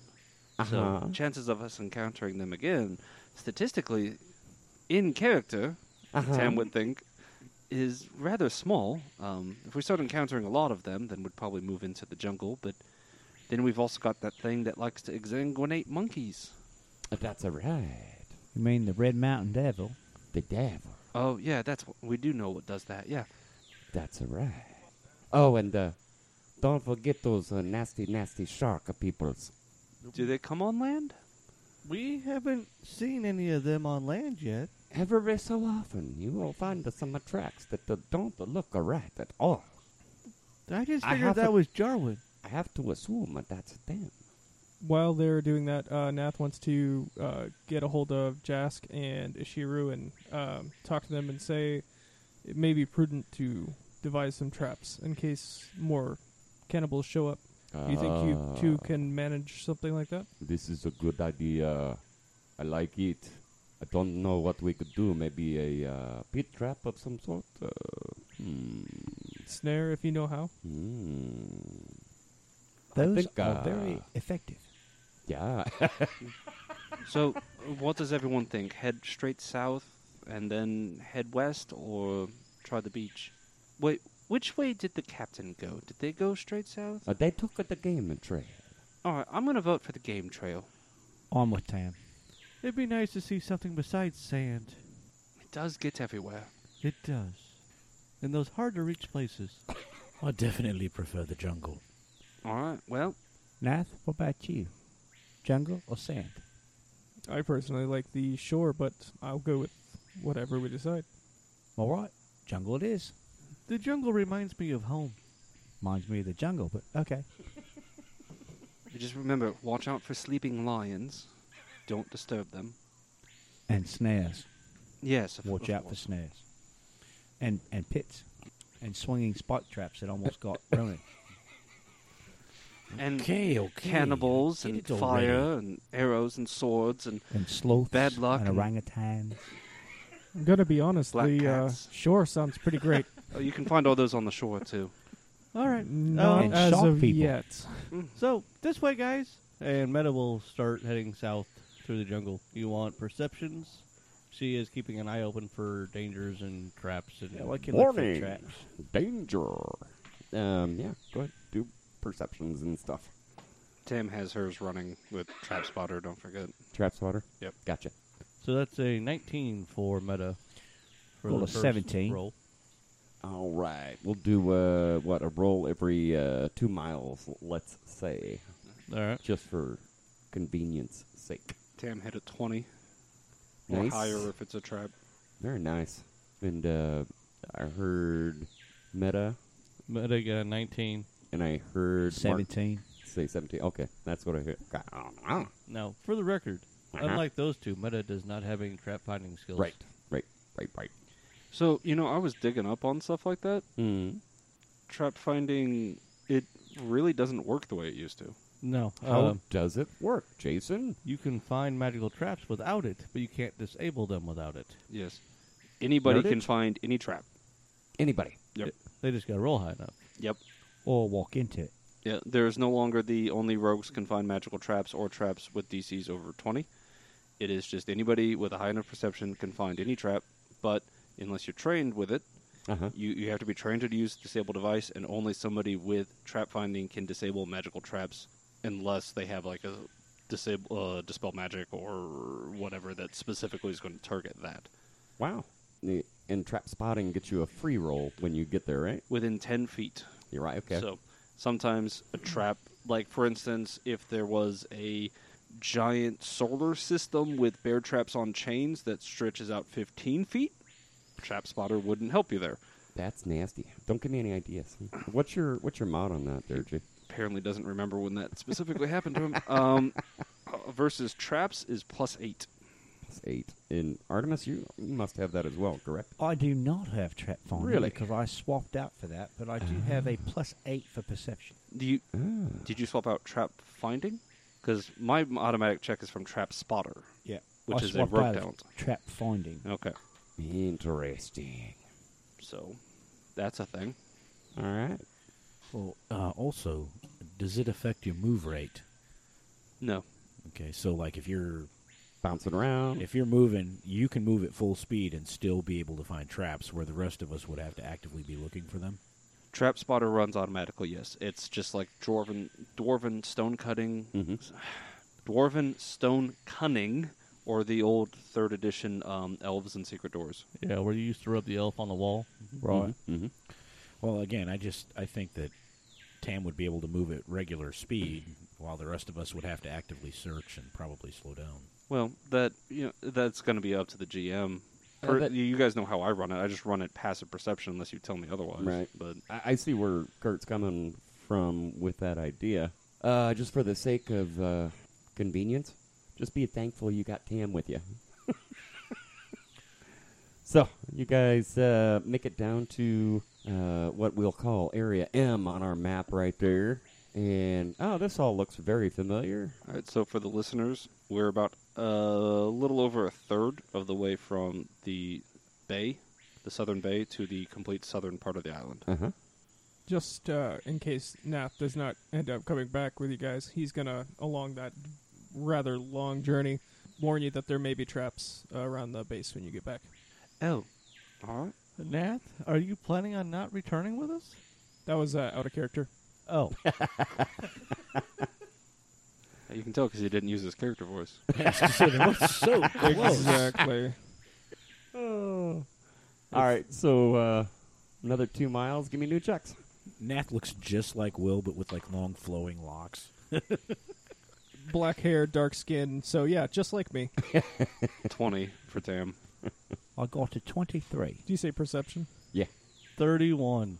Speaker 1: Uh-huh.
Speaker 6: so chances of us encountering them again, statistically, in character,
Speaker 1: Uh-huh.
Speaker 6: Tam would think, is rather small. Um, if we start encountering a lot of them, then we'd probably move into the jungle. But then we've also got that thing that likes to exsanguinate monkeys.
Speaker 1: Uh, That's all right.
Speaker 7: You mean the Red Mountain Devil?
Speaker 1: The devil.
Speaker 6: Oh yeah, that's what we do know what does that. Yeah.
Speaker 1: That's all right. Oh, and uh, don't forget those uh, nasty, nasty shark peoples.
Speaker 6: Do they come on land?
Speaker 5: We haven't seen any of them on land yet.
Speaker 1: Every so often, you will find some tracks that uh, don't look right at all.
Speaker 5: I just
Speaker 1: I
Speaker 5: figured
Speaker 1: have
Speaker 5: that
Speaker 1: a-
Speaker 5: was Jarwin.
Speaker 1: I have to assume that that's them.
Speaker 3: While they're doing that, uh, Nath wants to uh, get a hold of Jask and Ishiru and um, talk to them and say it may be prudent to devise some traps in case more cannibals show up. Do you think you two can manage something like that?
Speaker 1: This is a good idea. I like it. I don't know what we could do. Maybe a uh, pit trap of some sort. Uh, hmm.
Speaker 3: Snare, if you know how.
Speaker 1: Hmm.
Speaker 7: Those
Speaker 1: think,
Speaker 7: are
Speaker 1: uh,
Speaker 7: very effective.
Speaker 1: Yeah.
Speaker 6: So, uh, what does everyone think? Head straight south and then head west, or try the beach? Wait, which way did the captain go? Did they go straight south?
Speaker 1: Uh, they took the game and trail.
Speaker 6: All right, I'm gonna vote for the game trail.
Speaker 7: On with Tam.
Speaker 5: It'd be nice to see something besides sand.
Speaker 6: It does get everywhere.
Speaker 5: It does. In those hard to reach places.
Speaker 2: I definitely prefer the jungle.
Speaker 6: All right, well,
Speaker 7: Nath, what about you? Jungle or sand?
Speaker 3: I personally like the shore, but I'll go with whatever we decide.
Speaker 7: All right, jungle it is.
Speaker 5: The jungle reminds me of home.
Speaker 7: Reminds me of the jungle, but okay.
Speaker 4: You just remember, watch out for sleeping lions. Don't disturb them.
Speaker 7: And snares.
Speaker 4: Yes. of-
Speaker 7: Watch
Speaker 4: of
Speaker 7: out for
Speaker 4: course.
Speaker 7: snares. And and pits. And swinging spike traps that almost got Ronan.
Speaker 4: And
Speaker 2: Okay, okay.
Speaker 4: cannibals
Speaker 2: Get
Speaker 4: and
Speaker 2: it already.
Speaker 4: fire and arrows and swords and
Speaker 7: And sloths.
Speaker 4: Bad luck
Speaker 7: And
Speaker 4: and-
Speaker 7: orangutans.
Speaker 3: I'm gonna be honest.
Speaker 4: Black
Speaker 3: the uh,
Speaker 4: cats.
Speaker 3: shore sounds pretty great.
Speaker 4: oh, you can find all those on the shore too.
Speaker 5: All right.
Speaker 3: Not
Speaker 5: Um,
Speaker 7: And
Speaker 3: as
Speaker 7: shock
Speaker 3: of
Speaker 7: people.
Speaker 3: yet.
Speaker 5: so this way, guys. And Meta will start heading south through the jungle. You want perceptions? She is keeping an eye open for dangers and traps and
Speaker 1: Warning. Danger. Um, yeah, go ahead. Do perceptions and stuff.
Speaker 6: Tim has hers running with Trap Spotter, don't forget.
Speaker 1: Trap spotter?
Speaker 6: Yep.
Speaker 1: Gotcha.
Speaker 5: So that's a 19 for Meta. For
Speaker 7: Roll
Speaker 5: the
Speaker 7: a
Speaker 5: first
Speaker 7: 17.
Speaker 5: Roll.
Speaker 1: All right. We'll do, uh, what, a roll every uh, two miles, let's say,
Speaker 5: All right.
Speaker 1: just for convenience sake.
Speaker 6: Tam hit a 20
Speaker 1: Nice.
Speaker 6: or higher if it's a trap.
Speaker 1: Very nice. And uh, I heard Meta,
Speaker 5: Meta got a 19.
Speaker 1: and I heard Mark
Speaker 7: 17.
Speaker 1: say 17. Okay, that's what I heard. God, I don't know.
Speaker 5: Now, for the record,
Speaker 1: Uh-huh.
Speaker 5: unlike those two, Meta does not have any trap finding skills.
Speaker 1: Right, right, right, right.
Speaker 6: So, you know, I was digging up on stuff like that.
Speaker 1: Mm.
Speaker 6: Trap finding, it really doesn't work the way it used to.
Speaker 5: No.
Speaker 1: How
Speaker 5: um,
Speaker 1: does it work, Jason?
Speaker 5: you can find magical traps without it, but you can't disable them without it.
Speaker 6: Yes. Anybody
Speaker 1: Noted.
Speaker 6: can find any trap.
Speaker 1: Anybody?
Speaker 6: Yep.
Speaker 5: They just got to roll high enough.
Speaker 6: Yep.
Speaker 7: Or walk into it.
Speaker 6: Yeah, there is no longer the only rogues can find magical traps or traps with DCs over 20. It is just anybody with a high enough perception can find any trap, but unless you're trained with it,
Speaker 1: Uh huh.
Speaker 6: you, you have to be trained to use disable device, and only somebody with trap finding can disable magical traps unless they have like a disable uh, dispel magic or whatever that specifically is going to target that.
Speaker 1: Wow. The- And trap spotting gets you a free roll when you get there, right?
Speaker 6: Within 10 feet,
Speaker 1: You're right. Okay.
Speaker 6: So sometimes a trap, like for instance, if there was a giant solar system with bear traps on chains that stretches out 15 feet, Trap Spotter wouldn't help you there.
Speaker 1: That's nasty. Don't give me any ideas. What's your What's your mod on that, there, Jay?
Speaker 6: Apparently doesn't remember when that specifically happened to him. Um, uh, versus traps is plus eight.
Speaker 1: It's eight. And Artemis, you you must have that as well, correct?
Speaker 7: I do not have trap finding
Speaker 1: Really? Uh-huh.
Speaker 7: because I swapped out for that, but I do have a plus eight for perception.
Speaker 6: Do you
Speaker 1: Ah.
Speaker 6: did you swap out trap finding? Because my automatic check is from Trap Spotter.
Speaker 7: Yeah,
Speaker 6: Which
Speaker 7: I
Speaker 6: is a
Speaker 7: swapped out
Speaker 6: rope
Speaker 7: of trap finding.
Speaker 5: Oh.
Speaker 6: Okay,
Speaker 1: Interesting.
Speaker 6: so that's a thing.
Speaker 1: All right.
Speaker 2: Well, uh, also, does it affect your move rate?
Speaker 6: No,
Speaker 2: Okay, so like if you're
Speaker 1: Bouncing around.
Speaker 2: if you're moving, you can move at full speed and still be able to find traps where the rest of us would have to actively be looking for them.
Speaker 6: Trap spotter runs automatically. Yes, it's just like dwarven, dwarven stone cutting,
Speaker 1: Mhm.
Speaker 6: dwarven stone cunning, or the old third edition um, elves and secret doors.
Speaker 5: Yeah, where you used to rub the elf on the wall.
Speaker 7: Right.
Speaker 1: Mm-hmm.
Speaker 2: Well, again, I just I think that Tam would be able to move at regular speed while the rest of us would have to actively search and probably slow down.
Speaker 6: Well, that you know, that's going to be up to the GM. Per-
Speaker 1: that-
Speaker 6: you guys know how I run it. I just run it passive perception unless you tell me otherwise.
Speaker 1: Right.
Speaker 6: But
Speaker 1: I, I see where Kurt's coming from with that idea. Uh, just for the sake of uh, convenience, just be thankful you got Tam with you. so, you guys uh, make it down to uh, what we'll call Area M on our map right there. And, oh, this all looks very familiar.
Speaker 6: all right. So for the listeners, we're about uh, a little over a third of the way from the bay, the southern bay, to the complete southern part of the island.
Speaker 1: Uh huh.
Speaker 3: Just uh, in case Nath does not end up coming back with you guys, he's gonna along that rather long journey warn you that there may be traps uh, around the base when you get back.
Speaker 4: Oh,
Speaker 6: All right.
Speaker 5: Nath, are you planning on not returning with us?
Speaker 3: That was uh, out of character.
Speaker 5: Oh,
Speaker 6: You can tell because he didn't use his character voice.
Speaker 2: so close.
Speaker 3: Exactly.
Speaker 1: All right, so uh, another two miles. Give me new checks.
Speaker 2: Nath looks just like Will, but with like long flowing locks.
Speaker 3: Black hair, dark skin. So yeah, just like me. Do
Speaker 6: 20 for Tam.
Speaker 7: I got to 23.
Speaker 3: you say perception?
Speaker 1: Yeah.
Speaker 5: 31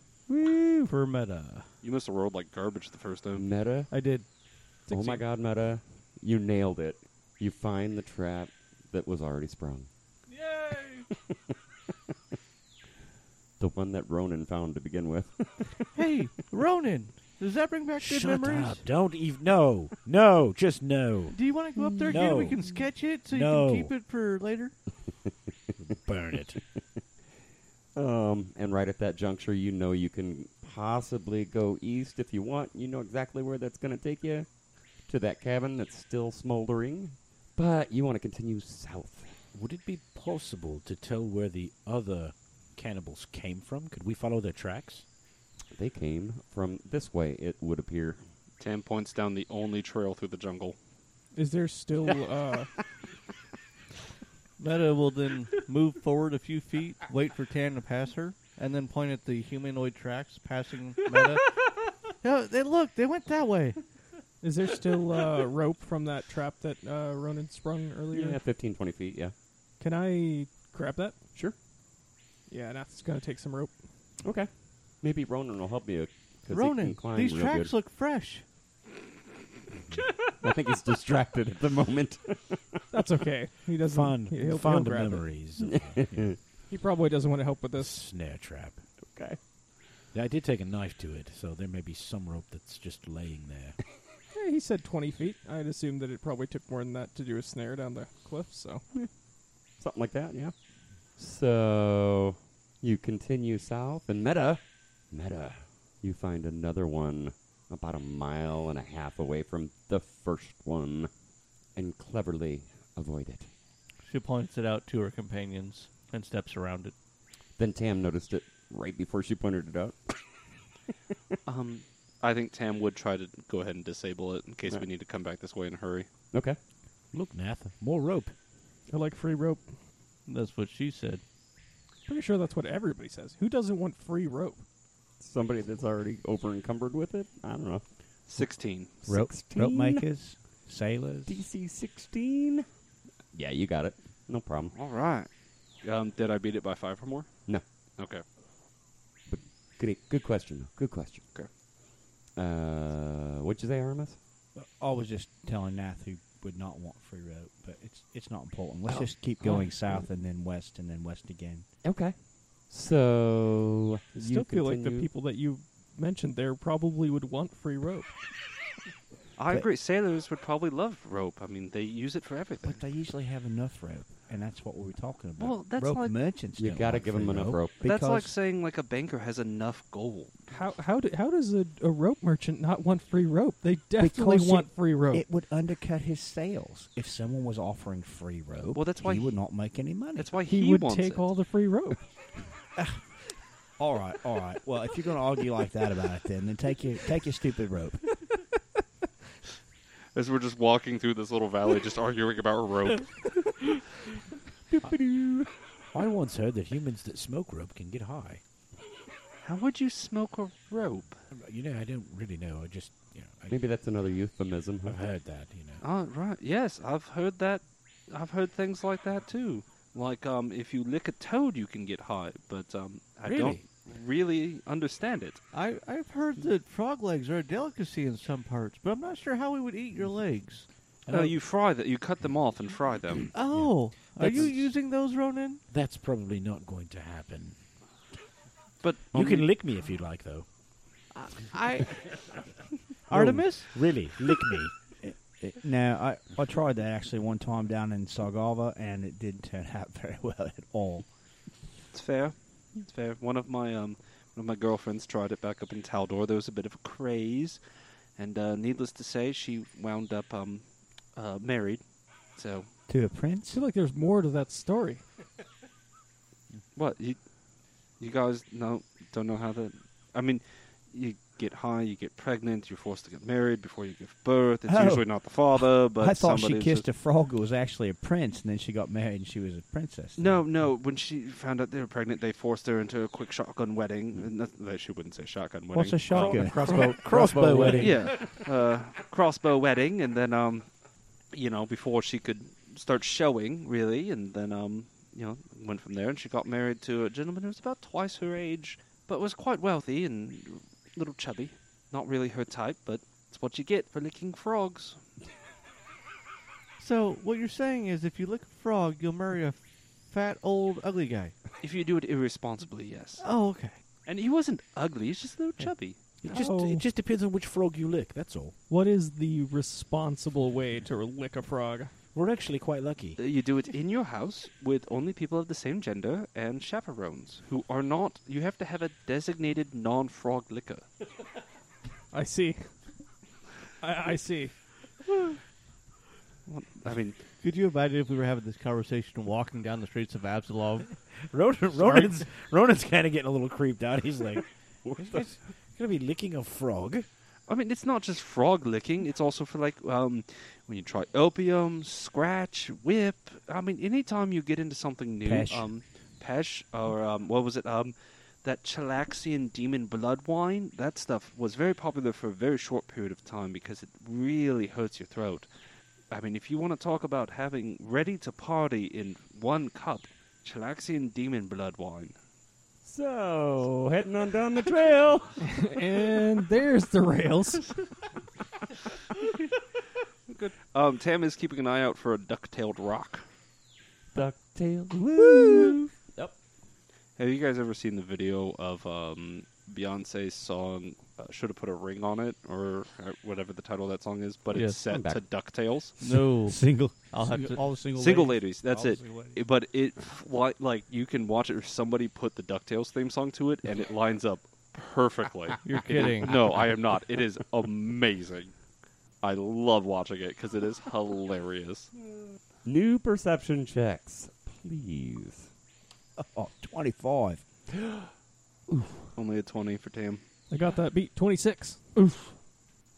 Speaker 5: for Meta.
Speaker 6: You must have rolled like garbage the first time.
Speaker 1: Meta.
Speaker 5: I did.
Speaker 1: Oh my God, Meta! You nailed it. You find the trap that was already sprung. Yay! the one that Ronan found to begin with.
Speaker 5: Hey, Ronan, does that bring back good
Speaker 2: Shut
Speaker 5: memories?
Speaker 2: up. Don't even. No. No. Just no.
Speaker 5: Do you want to go up there again? We
Speaker 2: No.
Speaker 5: can sketch it so
Speaker 2: No.
Speaker 5: you can keep it for later.
Speaker 2: Burn it.
Speaker 1: Um, and right at that juncture, you know you can possibly go east if you want. You know exactly where that's going to take you to that cabin that's still smoldering. But you want to continue south.
Speaker 2: Would it be possible to tell where the other cannibals came from? Could we follow their tracks?
Speaker 1: They came from this way, it would appear.
Speaker 6: Tam points down the only trail through the jungle.
Speaker 3: Is there still uh,
Speaker 5: Meta will then move forward a few feet, wait for Tan to pass her, and then point at the humanoid tracks passing Meta. no, they look, they went that way.
Speaker 3: is there still uh, rope from that trap that uh, Ronan sprung earlier?
Speaker 1: Yeah, 15, 20 feet, yeah.
Speaker 3: Can I grab that?
Speaker 1: Sure.
Speaker 3: Yeah, that's gonna take some rope.
Speaker 1: Okay. Maybe Ronan will help you. 'cause he can
Speaker 5: Ronan,
Speaker 1: climb
Speaker 5: these
Speaker 1: real
Speaker 5: tracks
Speaker 1: good.
Speaker 5: look fresh.
Speaker 1: I think he's distracted at the moment.
Speaker 3: That's okay. He doesn't.
Speaker 2: Fun,
Speaker 3: He, he'll,
Speaker 2: fond
Speaker 3: he'll grab it.
Speaker 2: memories. Of, uh, you know,
Speaker 3: He probably doesn't want to help with this.
Speaker 2: snare trap.
Speaker 1: okay.
Speaker 2: Yeah, I did take a knife to it, so there may be some rope that's just laying there.
Speaker 3: Eh, he said 20 feet. I'd assume that it probably took more than that to do a snare down the cliff. So
Speaker 1: Something like that, yeah. So you continue south and meta, meta, you find another one about a mile and a half away from the first one and cleverly avoid it.
Speaker 5: She points it out to her companions and steps around it.
Speaker 1: Then Tam noticed it right before she pointed it out.
Speaker 6: Um, I think Tam would try to go ahead and disable it in case we
Speaker 1: Right.
Speaker 6: need to come back this way in a hurry.
Speaker 1: Okay.
Speaker 2: Look, Nath, more rope.
Speaker 3: I like free rope.
Speaker 5: That's what she said.
Speaker 3: Pretty sure that's what everybody says. Who doesn't want free rope?
Speaker 1: Somebody that's already over encumbered with it? I don't know.
Speaker 6: 16.
Speaker 7: Rope, rope
Speaker 1: 16?
Speaker 7: makers, sailors.
Speaker 1: DC 16? Yeah, you got it. No problem.
Speaker 6: All right. Um, did I beat it by five or more?
Speaker 1: No.
Speaker 6: Okay.
Speaker 1: But good, good question, though. Good question.
Speaker 6: Okay.
Speaker 1: Uh, what'd you say, Aramis?
Speaker 7: I was just telling Nath who would not want free rope, but it's it's not important. Let's just keep going south and then west and then west again.
Speaker 1: Okay. So you
Speaker 3: Still feel like the
Speaker 1: continue-
Speaker 3: people that you mentioned there probably would want free rope.
Speaker 4: But-
Speaker 6: I agree. Sailors would probably love rope. I mean, they use it for everything.
Speaker 7: But they usually have enough rope, and that's what we were talking about.
Speaker 4: Well, that's
Speaker 7: rope
Speaker 4: like-
Speaker 7: merchants.
Speaker 1: You
Speaker 7: don't
Speaker 1: gotta
Speaker 7: want
Speaker 1: give
Speaker 7: free
Speaker 1: 'em enough rope.
Speaker 7: because
Speaker 4: That's like saying like a banker has enough gold.
Speaker 3: How how do, how does a, a rope merchant not want free rope? They definitely
Speaker 7: Because it-
Speaker 3: want free rope.
Speaker 7: it would undercut his sales if someone was offering free rope.
Speaker 4: Well, that's why
Speaker 7: he,
Speaker 4: he-
Speaker 7: would not make any money.
Speaker 4: That's why
Speaker 3: he,
Speaker 4: he,
Speaker 3: would
Speaker 4: wants
Speaker 3: take
Speaker 4: it.
Speaker 3: all the free rope.
Speaker 7: all right, all right. Well, if you're going to argue like that about it, then then take your take your stupid rope.
Speaker 6: As we're just walking through this little valley, just arguing about rope.
Speaker 2: I once heard that humans that smoke rope can get high.
Speaker 4: How would you smoke a rope?
Speaker 2: You know, I don't really know. I just, you know, I,
Speaker 1: Maybe that's another euphemism. huh?
Speaker 2: I've heard that. You know,
Speaker 4: Oh, right. Yes, I've heard that. I've heard things like that too. Like um, if you lick a toad, you can get high. But um, I don't
Speaker 2: Really?
Speaker 4: really understand it.
Speaker 5: I, I've heard that frog legs are a delicacy in some parts, but I'm not sure how we would eat your legs.
Speaker 4: No, Uh, you fry that. You cut them off and fry them.
Speaker 5: Oh, are you
Speaker 2: That's-
Speaker 5: using those, Ronan?
Speaker 2: that's probably not going to happen.
Speaker 4: But um,
Speaker 2: You can lick me if you like, though.
Speaker 5: I Artemis.
Speaker 2: Really, lick me.
Speaker 7: No, I, Eh, I tried that actually one time down in Sargava, and it didn't turn out very well at all.
Speaker 4: It's fair. It's fair. One of my um, one of my girlfriends tried it back up in Taldor. There was a bit of a craze, and uh, needless to say, she wound up um, uh, married. So
Speaker 7: To a
Speaker 3: I
Speaker 7: prince?
Speaker 3: feel like there's more to that story.
Speaker 4: what you, you guys no don't know how that. I mean, you get high, you get pregnant, you're forced to get married before you give birth. It's
Speaker 7: Oh.
Speaker 4: usually not the father, but
Speaker 7: I thought she
Speaker 4: somebody
Speaker 7: kissed
Speaker 4: just,
Speaker 7: a frog who was actually a prince, and then she got married and she was a princess.
Speaker 4: No, no. When she found out they were pregnant, they forced her into a quick shotgun wedding. And that- that- she wouldn't say shotgun wedding.
Speaker 7: Mm. What's a shotgun?
Speaker 2: Crossbow, crossbow wedding.
Speaker 4: yeah, uh, crossbow wedding, and then um, you know, before she could start showing really, and then um, you know, went from there, and she got married to a gentleman who was about twice her age, but was quite wealthy and little chubby. Not really her type, but it's what you get for licking frogs.
Speaker 5: So what you're saying is, if you lick a frog, you'll marry a fat, old, ugly guy.
Speaker 4: If you do it irresponsibly, yes.
Speaker 5: Oh, okay.
Speaker 4: And he wasn't ugly, he's just a little
Speaker 5: Yeah.
Speaker 4: chubby.
Speaker 2: It just
Speaker 3: Oh.
Speaker 2: it just depends on which frog you lick. That's all.
Speaker 3: What is the responsible way to lick a frog?
Speaker 2: We're actually quite lucky.
Speaker 4: Uh, You do it in your house with only people of the same gender and chaperones who are not. You have to have a designated non frog licker.
Speaker 3: I see. I, I see.
Speaker 4: Well, I mean,
Speaker 5: Could you imagine if we were having this conversation walking down the streets of Absalom?
Speaker 2: Ronan, Ronan's Ronan's kind of getting a little creeped out. He's like, "This guy's gonna be licking a frog."
Speaker 4: I mean, it's not just frog licking. It's also for like um, when you try opium, scratch, whip. I mean, anytime you get into something new,
Speaker 7: Pesh.
Speaker 4: um, pesh or um, what was it? Um, that Chilaxian demon blood wine. That stuff was very popular for a very short period of time because it really hurts your throat. I mean, if you want to talk about having ready to party in one cup, Chilaxian demon blood wine.
Speaker 1: So, heading on down the trail.
Speaker 3: and there's the rails.
Speaker 6: Um, Tam is keeping an eye out for a duck-tailed rock.
Speaker 1: Ducktail. Woo!
Speaker 6: Have you guys ever seen the video of um, Beyonce's song uh, "Should Have Put a Ring on It" or uh, whatever the title of that song is? But
Speaker 5: Yes,
Speaker 6: it's set
Speaker 1: I'm back.
Speaker 6: to Ducktales.
Speaker 5: No,
Speaker 7: Single.
Speaker 5: I'll have to, all the single
Speaker 6: Single ladies, that's
Speaker 5: All
Speaker 6: it.
Speaker 5: single ladies.
Speaker 6: It- But it fly, like you can watch it. Or somebody put the Ducktales theme song to it, and it lines up perfectly.
Speaker 5: You're
Speaker 6: It is-
Speaker 5: kidding.
Speaker 6: no, I am not. It is amazing. I love watching it because it is hilarious.
Speaker 1: New perception checks, please.
Speaker 7: Oh, 25.
Speaker 6: Only a twenty for Tam.
Speaker 3: I got that beat. 26.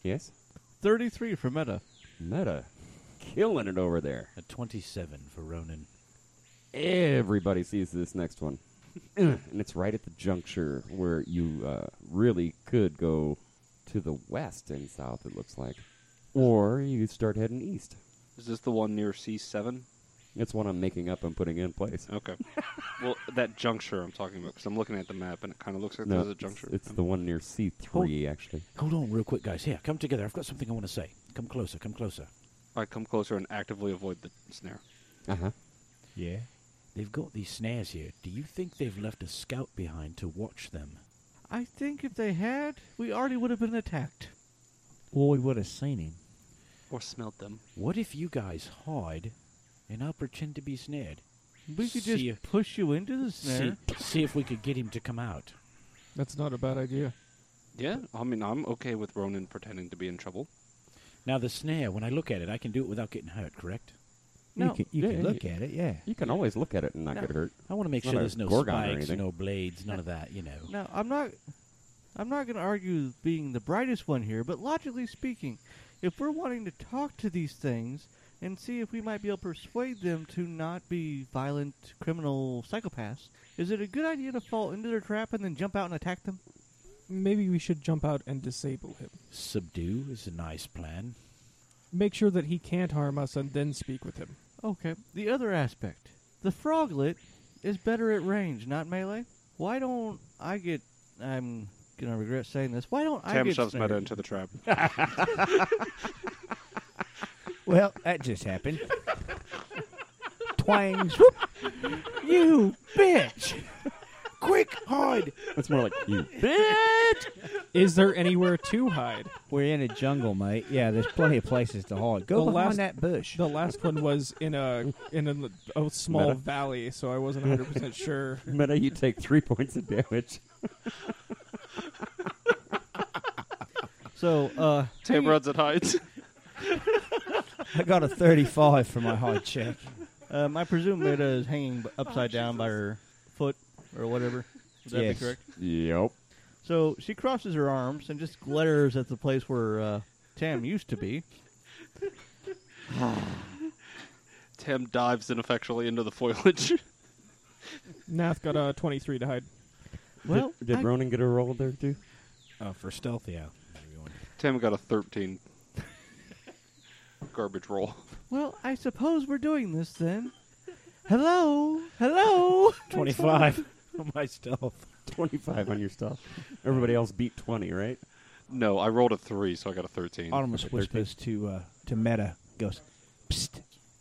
Speaker 1: Yes?
Speaker 5: Thirty-three for Meta.
Speaker 1: Meta. Killing it over there.
Speaker 2: A twenty-seven for Ronan.
Speaker 1: Everybody sees this next one. and it's right at the juncture where you uh, really could go to the west and south, it looks like. Or you could start heading east.
Speaker 6: Is this the one near C seven?
Speaker 1: It's one I'm making up and putting in place.
Speaker 6: Okay. well, that juncture I'm talking about, because I'm looking at the map and it kind of looks like there's a
Speaker 1: it's-
Speaker 6: juncture.
Speaker 1: It's, the one near C3, actually.
Speaker 2: Hold on, real quick, guys. Here, come together. I've got something I want to say. Come closer. Come closer.
Speaker 6: I come closer and actively avoid the snare.
Speaker 1: Uh
Speaker 5: Uh-huh.
Speaker 1: huh.
Speaker 7: Yeah.
Speaker 2: They've got these snares here. Do you think they've left a scout behind to watch them?
Speaker 5: I think if they had, we already would have been attacked.
Speaker 7: Well, we would have seen him.
Speaker 4: Or smelled them.
Speaker 2: What if you guys hide, and I'll pretend to be snared?
Speaker 5: We could just
Speaker 2: See ya.
Speaker 5: push you into the snare.
Speaker 2: See, see if we could get him to come out.
Speaker 3: That's not a bad idea.
Speaker 6: Yeah, I mean, I'm okay with Ronan pretending to be in trouble.
Speaker 2: Now the snare. When I look at it, I can do it without getting hurt. Correct?
Speaker 7: you can, you
Speaker 1: yeah,
Speaker 7: can
Speaker 1: yeah,
Speaker 7: look at it, yeah.
Speaker 1: You can always look at it and not
Speaker 5: No.
Speaker 1: get hurt.
Speaker 2: I want to make
Speaker 1: It's not
Speaker 2: sure
Speaker 1: a
Speaker 2: there's no
Speaker 1: Gorgon or
Speaker 2: spikes,
Speaker 1: anything.
Speaker 2: no blades, none of that. You know.
Speaker 5: Now, I'm not, I'm not going to argue being the brightest one here, but logically speaking, if we're wanting to talk to these things and see if we might be able to persuade them to not be violent criminal psychopaths, is it a good idea to fall into their trap and then jump out and attack them?
Speaker 3: Maybe we should jump out and disable him.
Speaker 2: Subdue is a nice plan.
Speaker 3: Make sure that he can't harm us and then speak with him.
Speaker 5: Okay. The other aspect, the froglet is better at range, not melee. Why don't I get? I'm gonna regret saying this. Why don't I
Speaker 6: Tam
Speaker 5: get?
Speaker 6: shoves Meta
Speaker 5: snared?
Speaker 6: into the trap.
Speaker 7: Well, that just happened. Twangs. Whoop. You bitch. Quick, hide.
Speaker 1: It's more like you.
Speaker 3: Is there anywhere to hide?
Speaker 7: We're in a jungle, mate. Yeah, there's plenty of places to hide. Go
Speaker 3: The
Speaker 7: behind
Speaker 3: last-
Speaker 7: that bush.
Speaker 3: The last one was in a in a, a small
Speaker 1: Meta.
Speaker 3: valley, so I wasn't 100 percent sure.
Speaker 1: Meta, you take three points of damage.
Speaker 5: So, uh,
Speaker 6: Tam runs and hides.
Speaker 7: I got a 35 for my hide check.
Speaker 5: um, I presume Meta is hanging b- upside down by her foot or whatever. Would that
Speaker 7: Yes.
Speaker 5: be correct?
Speaker 1: Yep.
Speaker 5: So she crosses her arms and just glares at the place where uh, Tam used to be.
Speaker 6: Tam dives ineffectually into the foliage.
Speaker 3: Nath got a 23 to hide.
Speaker 5: Well,
Speaker 1: did, did
Speaker 5: I-
Speaker 1: Ronan get a roll there too?
Speaker 2: Oh, for stealth, yeah.
Speaker 6: Tam got a 13. Garbage roll.
Speaker 5: Well, I suppose we're doing this then. Hello, hello.
Speaker 2: Twenty-five on my stealth.
Speaker 1: 25 on your stuff. Everybody else beat 20, right?
Speaker 6: No, I rolled a three, so I got a thirteen.
Speaker 7: Artemis whispers to uh, to Meta, goes, "Psst,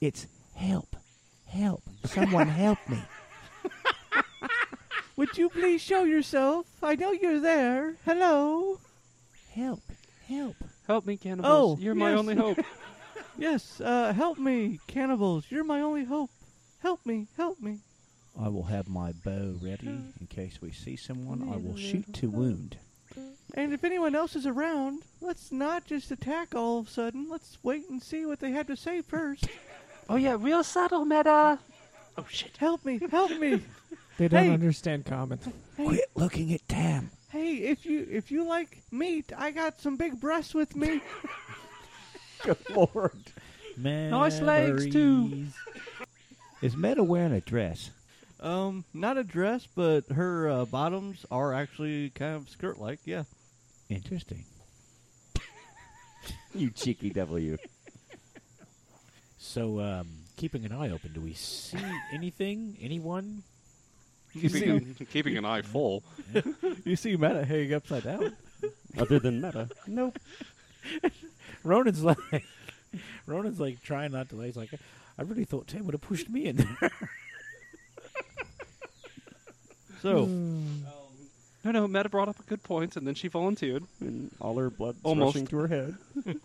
Speaker 7: it's help, help, someone help me."
Speaker 5: Would you please show yourself? I know you're there. Hello.
Speaker 7: Help! Help!
Speaker 4: Help me, cannibals.
Speaker 5: Oh,
Speaker 4: You're my
Speaker 5: yes.
Speaker 4: only hope.
Speaker 5: Yes, uh, help me, cannibals. You're my only hope. Help me, help me.
Speaker 7: I will have my bow ready in case we see someone. I will shoot to wound.
Speaker 5: And if anyone else is around, let's not just attack all of a sudden. Let's wait and see what they have to say first.
Speaker 4: oh, yeah, real subtle, Meta. Oh, shit.
Speaker 5: Help me, help me.
Speaker 3: They don't
Speaker 5: Hey.
Speaker 3: understand common.
Speaker 7: Quit looking at Tam.
Speaker 5: hey, if you if you like meat, I got some big breasts with me.
Speaker 1: Good lord.
Speaker 2: Nice
Speaker 4: legs, too.
Speaker 7: Is Meta wearing a dress?
Speaker 5: Um, not a dress, but her uh, bottoms are actually kind of skirt-like. Yeah.
Speaker 7: Interesting.
Speaker 1: You cheeky devil, you.
Speaker 2: So, um, keeping an eye open, do we see anything, anyone?
Speaker 6: keeping, keeping an eye full.
Speaker 5: You see Meta hanging upside down.
Speaker 1: Other than meta.
Speaker 2: Nope. Ronan's like, Ronan's like trying not to. He's like, I really thought Tim would have pushed me in there.
Speaker 5: So
Speaker 4: Hmm. No, no, Meta brought up a good point, and then she volunteered.
Speaker 1: And all her blood
Speaker 4: Almost.
Speaker 1: rushing to her head.
Speaker 2: Ex-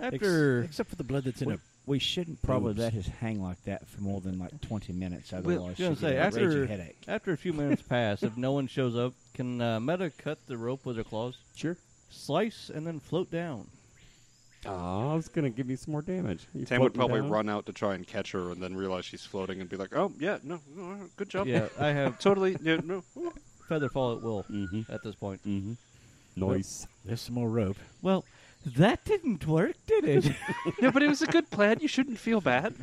Speaker 5: after
Speaker 2: except for the blood that's in
Speaker 7: We,
Speaker 2: her.
Speaker 7: we shouldn't probably
Speaker 2: Boobs.
Speaker 7: let us hang like that for more than like twenty minutes. Otherwise,
Speaker 4: I was
Speaker 7: she'll get
Speaker 5: gonna say,
Speaker 7: a
Speaker 5: after-
Speaker 7: raging headache.
Speaker 5: after a few minutes pass, if no one shows up, can uh, Meta cut the rope with her claws,
Speaker 1: Sure.
Speaker 5: slice, and then float down?
Speaker 1: Aw, it's going to give you some more damage. You
Speaker 6: Tam
Speaker 1: floating
Speaker 6: would probably
Speaker 1: down?
Speaker 6: run out to try and catch her, and then realize she's floating and be like, "Oh yeah, no, no, all right, good job.
Speaker 5: Yeah, I have
Speaker 6: totally. Yeah, no. ooh."
Speaker 5: feather fall at will
Speaker 1: Mhm.
Speaker 5: at this point.
Speaker 1: Noise.
Speaker 2: There's some more rope.
Speaker 5: Well, that didn't work, did it?
Speaker 4: No, but it was a good plan. You shouldn't feel bad.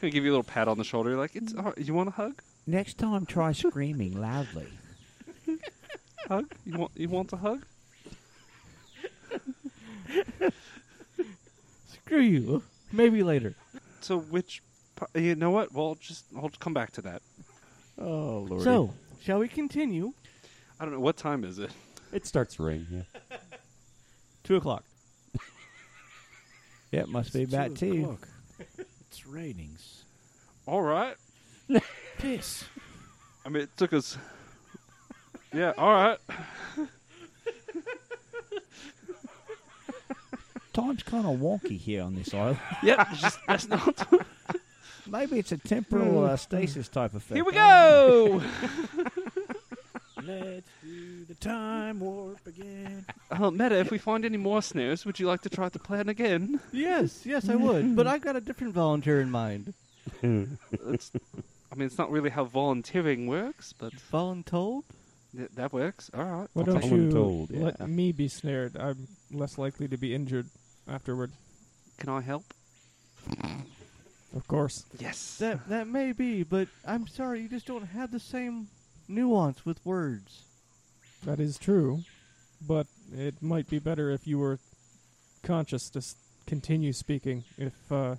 Speaker 4: Gonna give you a little pat on the shoulder. Like it's. all right. You want a hug?
Speaker 7: Next time, try screaming loudly.
Speaker 4: Hug? You want? You want a hug?
Speaker 5: Screw you. Maybe later.
Speaker 4: So which? pa- You know what? Well, just I'll come back to that.
Speaker 1: Oh, lord.
Speaker 5: So, shall we continue?
Speaker 4: I don't know what time is it.
Speaker 1: It starts to rain, yeah.
Speaker 5: Two o'clock.
Speaker 7: It must be
Speaker 2: It's
Speaker 7: about two.
Speaker 2: o'clock. it's raining.
Speaker 6: All right.
Speaker 2: Piss.
Speaker 6: I mean, it took us. Yeah. All right.
Speaker 7: Time's kind of wonky here on this island.
Speaker 4: Yep. Just that's not.
Speaker 7: Maybe it's a temporal uh, stasis type of thing.
Speaker 4: Here we go.
Speaker 2: Let's do the time warp again.
Speaker 4: Uh, Meta, if we find any more snares, would you like to try the plan again?
Speaker 5: Yes, yes, I would. But I've got a different volunteer in mind.
Speaker 4: It's, I mean, it's not really how volunteering works, but
Speaker 5: Voluntold?
Speaker 4: th- that works. All right.
Speaker 3: Why
Speaker 1: That's
Speaker 3: don't
Speaker 1: all I'm
Speaker 3: you
Speaker 1: told, yeah.
Speaker 3: let me be snared? I'm less likely to be injured afterward.
Speaker 4: Can I help?
Speaker 3: Of course.
Speaker 4: Yes.
Speaker 5: That that may be, but I'm sorry, you just don't have the same nuance with words.
Speaker 3: That is true, but it might be better if you were conscious to s- continue speaking if uh,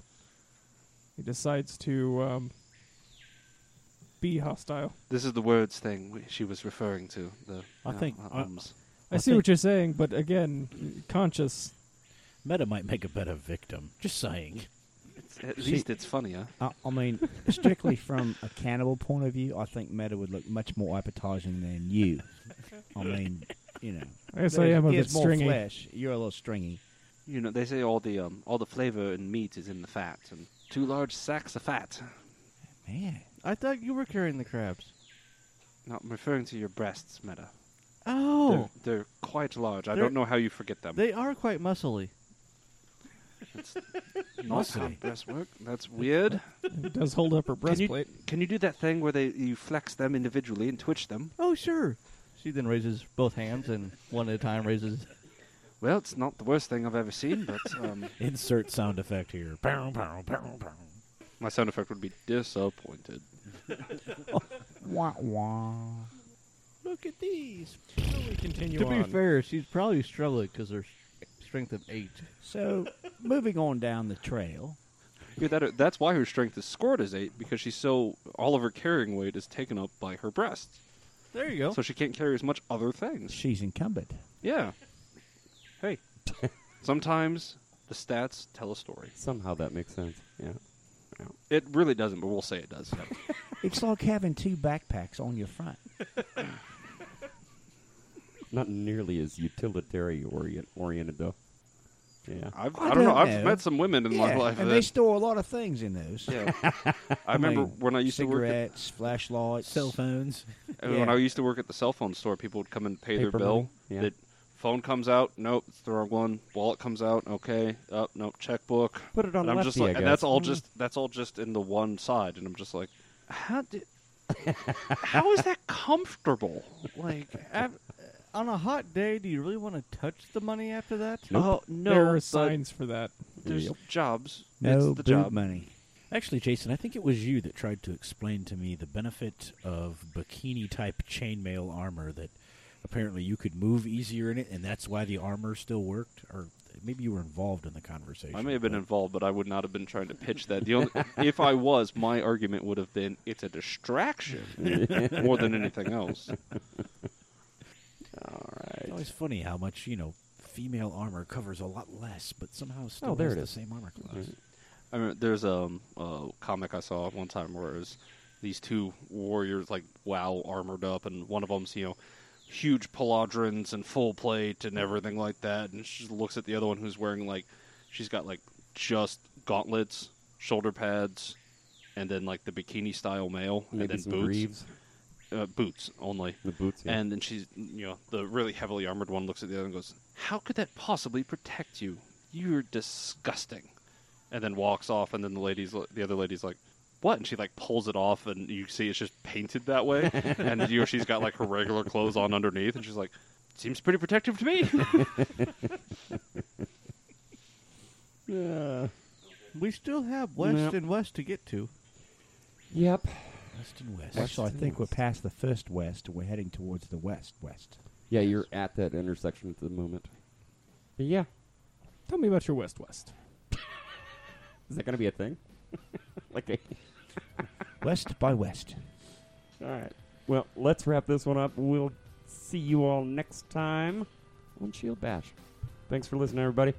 Speaker 3: he decides to um, be hostile.
Speaker 4: This is the words thing w- she was referring to. The
Speaker 2: I think-
Speaker 4: uh,
Speaker 2: I-
Speaker 4: ums.
Speaker 3: I,
Speaker 2: I
Speaker 3: see what you're saying, but again, conscious.
Speaker 2: Meta might make a better victim. Just saying.
Speaker 4: It's- at
Speaker 7: See-
Speaker 4: least it's funnier.
Speaker 7: I, I mean, strictly from a cannibal point of view, I think Meta would look much more appetizing than you. I mean, you know,
Speaker 3: I guess I am a bit
Speaker 7: there's more
Speaker 3: stringy.
Speaker 7: flesh. You're a little stringy.
Speaker 4: You know, they say all the um, all the flavor in meat is in the fat, and two large sacks of fat.
Speaker 7: Man,
Speaker 5: I thought you were carrying the crabs.
Speaker 4: No, I'm referring to your breasts, Meta.
Speaker 5: Oh,
Speaker 4: They're, they're quite large. I
Speaker 5: They're-
Speaker 4: don't know how you forget them.
Speaker 5: they are quite muscly.
Speaker 4: Not how
Speaker 2: Muscly.
Speaker 4: breasts work. That's weird.
Speaker 3: It does hold up her breastplate.
Speaker 4: Can you do that thing where they you flex them individually and twitch them?
Speaker 5: Oh, sure. She then raises both hands and one at a time raises.
Speaker 4: Well, it's not the worst thing I've ever seen, but um,
Speaker 2: Insert sound effect here. Pow, pow, pow, pow.
Speaker 6: My sound effect would be disappointed.
Speaker 7: wah wah.
Speaker 2: Look at these.
Speaker 3: we continue
Speaker 5: To
Speaker 3: on.
Speaker 5: be fair, she's probably struggling because her s- strength of eight.
Speaker 7: So, moving on down the trail.
Speaker 6: Yeah, that, that's why her strength is scored as eight because she's so all of her carrying weight is taken up by her breasts.
Speaker 5: There you go.
Speaker 6: so she can't carry as much other things.
Speaker 7: She's encumbered.
Speaker 6: Yeah. Hey. Sometimes the stats tell a story.
Speaker 1: Somehow that makes sense. Yeah.
Speaker 6: It really doesn't, but we'll say it does.
Speaker 7: It's like having two backpacks on your front.
Speaker 1: Not nearly as utilitarian ori- oriented, though. Yeah.
Speaker 6: I've,
Speaker 7: I
Speaker 6: I, don't know.
Speaker 7: don't
Speaker 6: I've
Speaker 7: know.
Speaker 6: met some women in my
Speaker 7: Yeah,
Speaker 6: life
Speaker 7: and
Speaker 6: that
Speaker 7: they store a lot of things in those.
Speaker 6: Yeah. I remember
Speaker 7: mean,
Speaker 6: when I used to work at,
Speaker 7: cigarettes, flashlights,
Speaker 2: Cell phones.
Speaker 6: and when
Speaker 7: yeah.
Speaker 6: I used to work at the cell phone store, people would come and pay
Speaker 1: Paper
Speaker 6: their bill.
Speaker 1: money, yeah.
Speaker 6: The phone comes out, nope, it's the wrong one. Wallet comes out, okay, up, nope, checkbook.
Speaker 1: Put it on
Speaker 6: and I'm
Speaker 1: lefty,
Speaker 6: just like,
Speaker 1: I
Speaker 6: and that's
Speaker 1: guess.
Speaker 6: all
Speaker 1: Mm.
Speaker 4: Mm-hmm.
Speaker 6: just that's all just in the one side, and I'm just like,
Speaker 4: How did?
Speaker 6: how is that comfortable? Like,
Speaker 5: Av- uh, on a hot day, do you really want to touch the money after that?
Speaker 4: Oh no,
Speaker 3: there are
Speaker 4: but
Speaker 3: signs for that.
Speaker 4: There's
Speaker 1: Yep.
Speaker 4: jobs. it's
Speaker 7: no
Speaker 4: the
Speaker 7: boot
Speaker 4: job.
Speaker 7: money.
Speaker 2: Actually, Jason, I think it was you that tried to explain to me the benefit of bikini type chainmail armor that apparently you could move easier in it, and that's why the armor still worked. Or maybe you were involved in the conversation.
Speaker 6: I may have been
Speaker 2: but-
Speaker 6: involved, but I would not have been trying to pitch that. The only, if I was, my argument would have been it's a distraction more than anything else.
Speaker 2: It's always funny how much you know female armor covers a lot less, but somehow still
Speaker 1: there
Speaker 2: has
Speaker 1: it
Speaker 2: the
Speaker 1: is.
Speaker 2: same armor class.
Speaker 6: I remember there's a, a comic I saw one time where it was these two warriors, like wow, armored up, and one of them's you know huge paladrins and full plate and everything like that, and she looks at the other one who's wearing like she's got like just gauntlets, shoulder pads, and then like the bikini style mail,
Speaker 1: Maybe
Speaker 6: and then
Speaker 1: some
Speaker 6: boots,
Speaker 1: Reeves.
Speaker 6: Uh, boots only.
Speaker 1: The boots. Yeah.
Speaker 6: And then she's, you know, the really heavily armored one looks at the other and goes, How could that possibly protect you? You're disgusting. And then walks off, and then the lady's, li- the other lady's like, What? And she like pulls it off, and you see it's just painted that way. and you know, she's got like her regular clothes on underneath, and she's like, Seems pretty protective to me.
Speaker 1: Yeah.
Speaker 5: We still have west
Speaker 1: Nope.
Speaker 5: and west to get to.
Speaker 1: Yep.
Speaker 2: West and west.
Speaker 7: Actually, I think we're past the first west. We're heading towards the west west.
Speaker 1: Yeah, you're at that intersection at the moment. But yeah.
Speaker 3: Tell me about your West West.
Speaker 1: Is that going to be a thing? like a
Speaker 7: West by west.
Speaker 1: All right. Well, let's wrap this one up. We'll see you all next time on Shield Bash. Thanks for listening, everybody.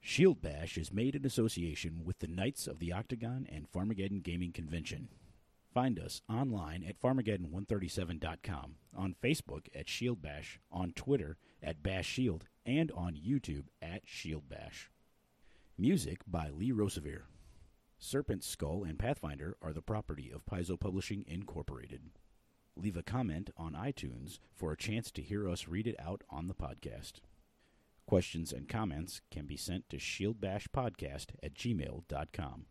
Speaker 2: Shield Bash is made in association with the Knights of the Octagon and Farmageddon Gaming Convention. Find us online at farmageddon137.com, on Facebook at Shield Bash, on Twitter at Bash Shield, and on YouTube at Shield Bash. Music by Lee Rosevere. Serpent Skull and Pathfinder are the property of Paizo Publishing Incorporated. Leave a comment on iTunes for a chance to hear us read it out on the podcast. Questions and comments can be sent to shieldbashpodcast at gmail.com.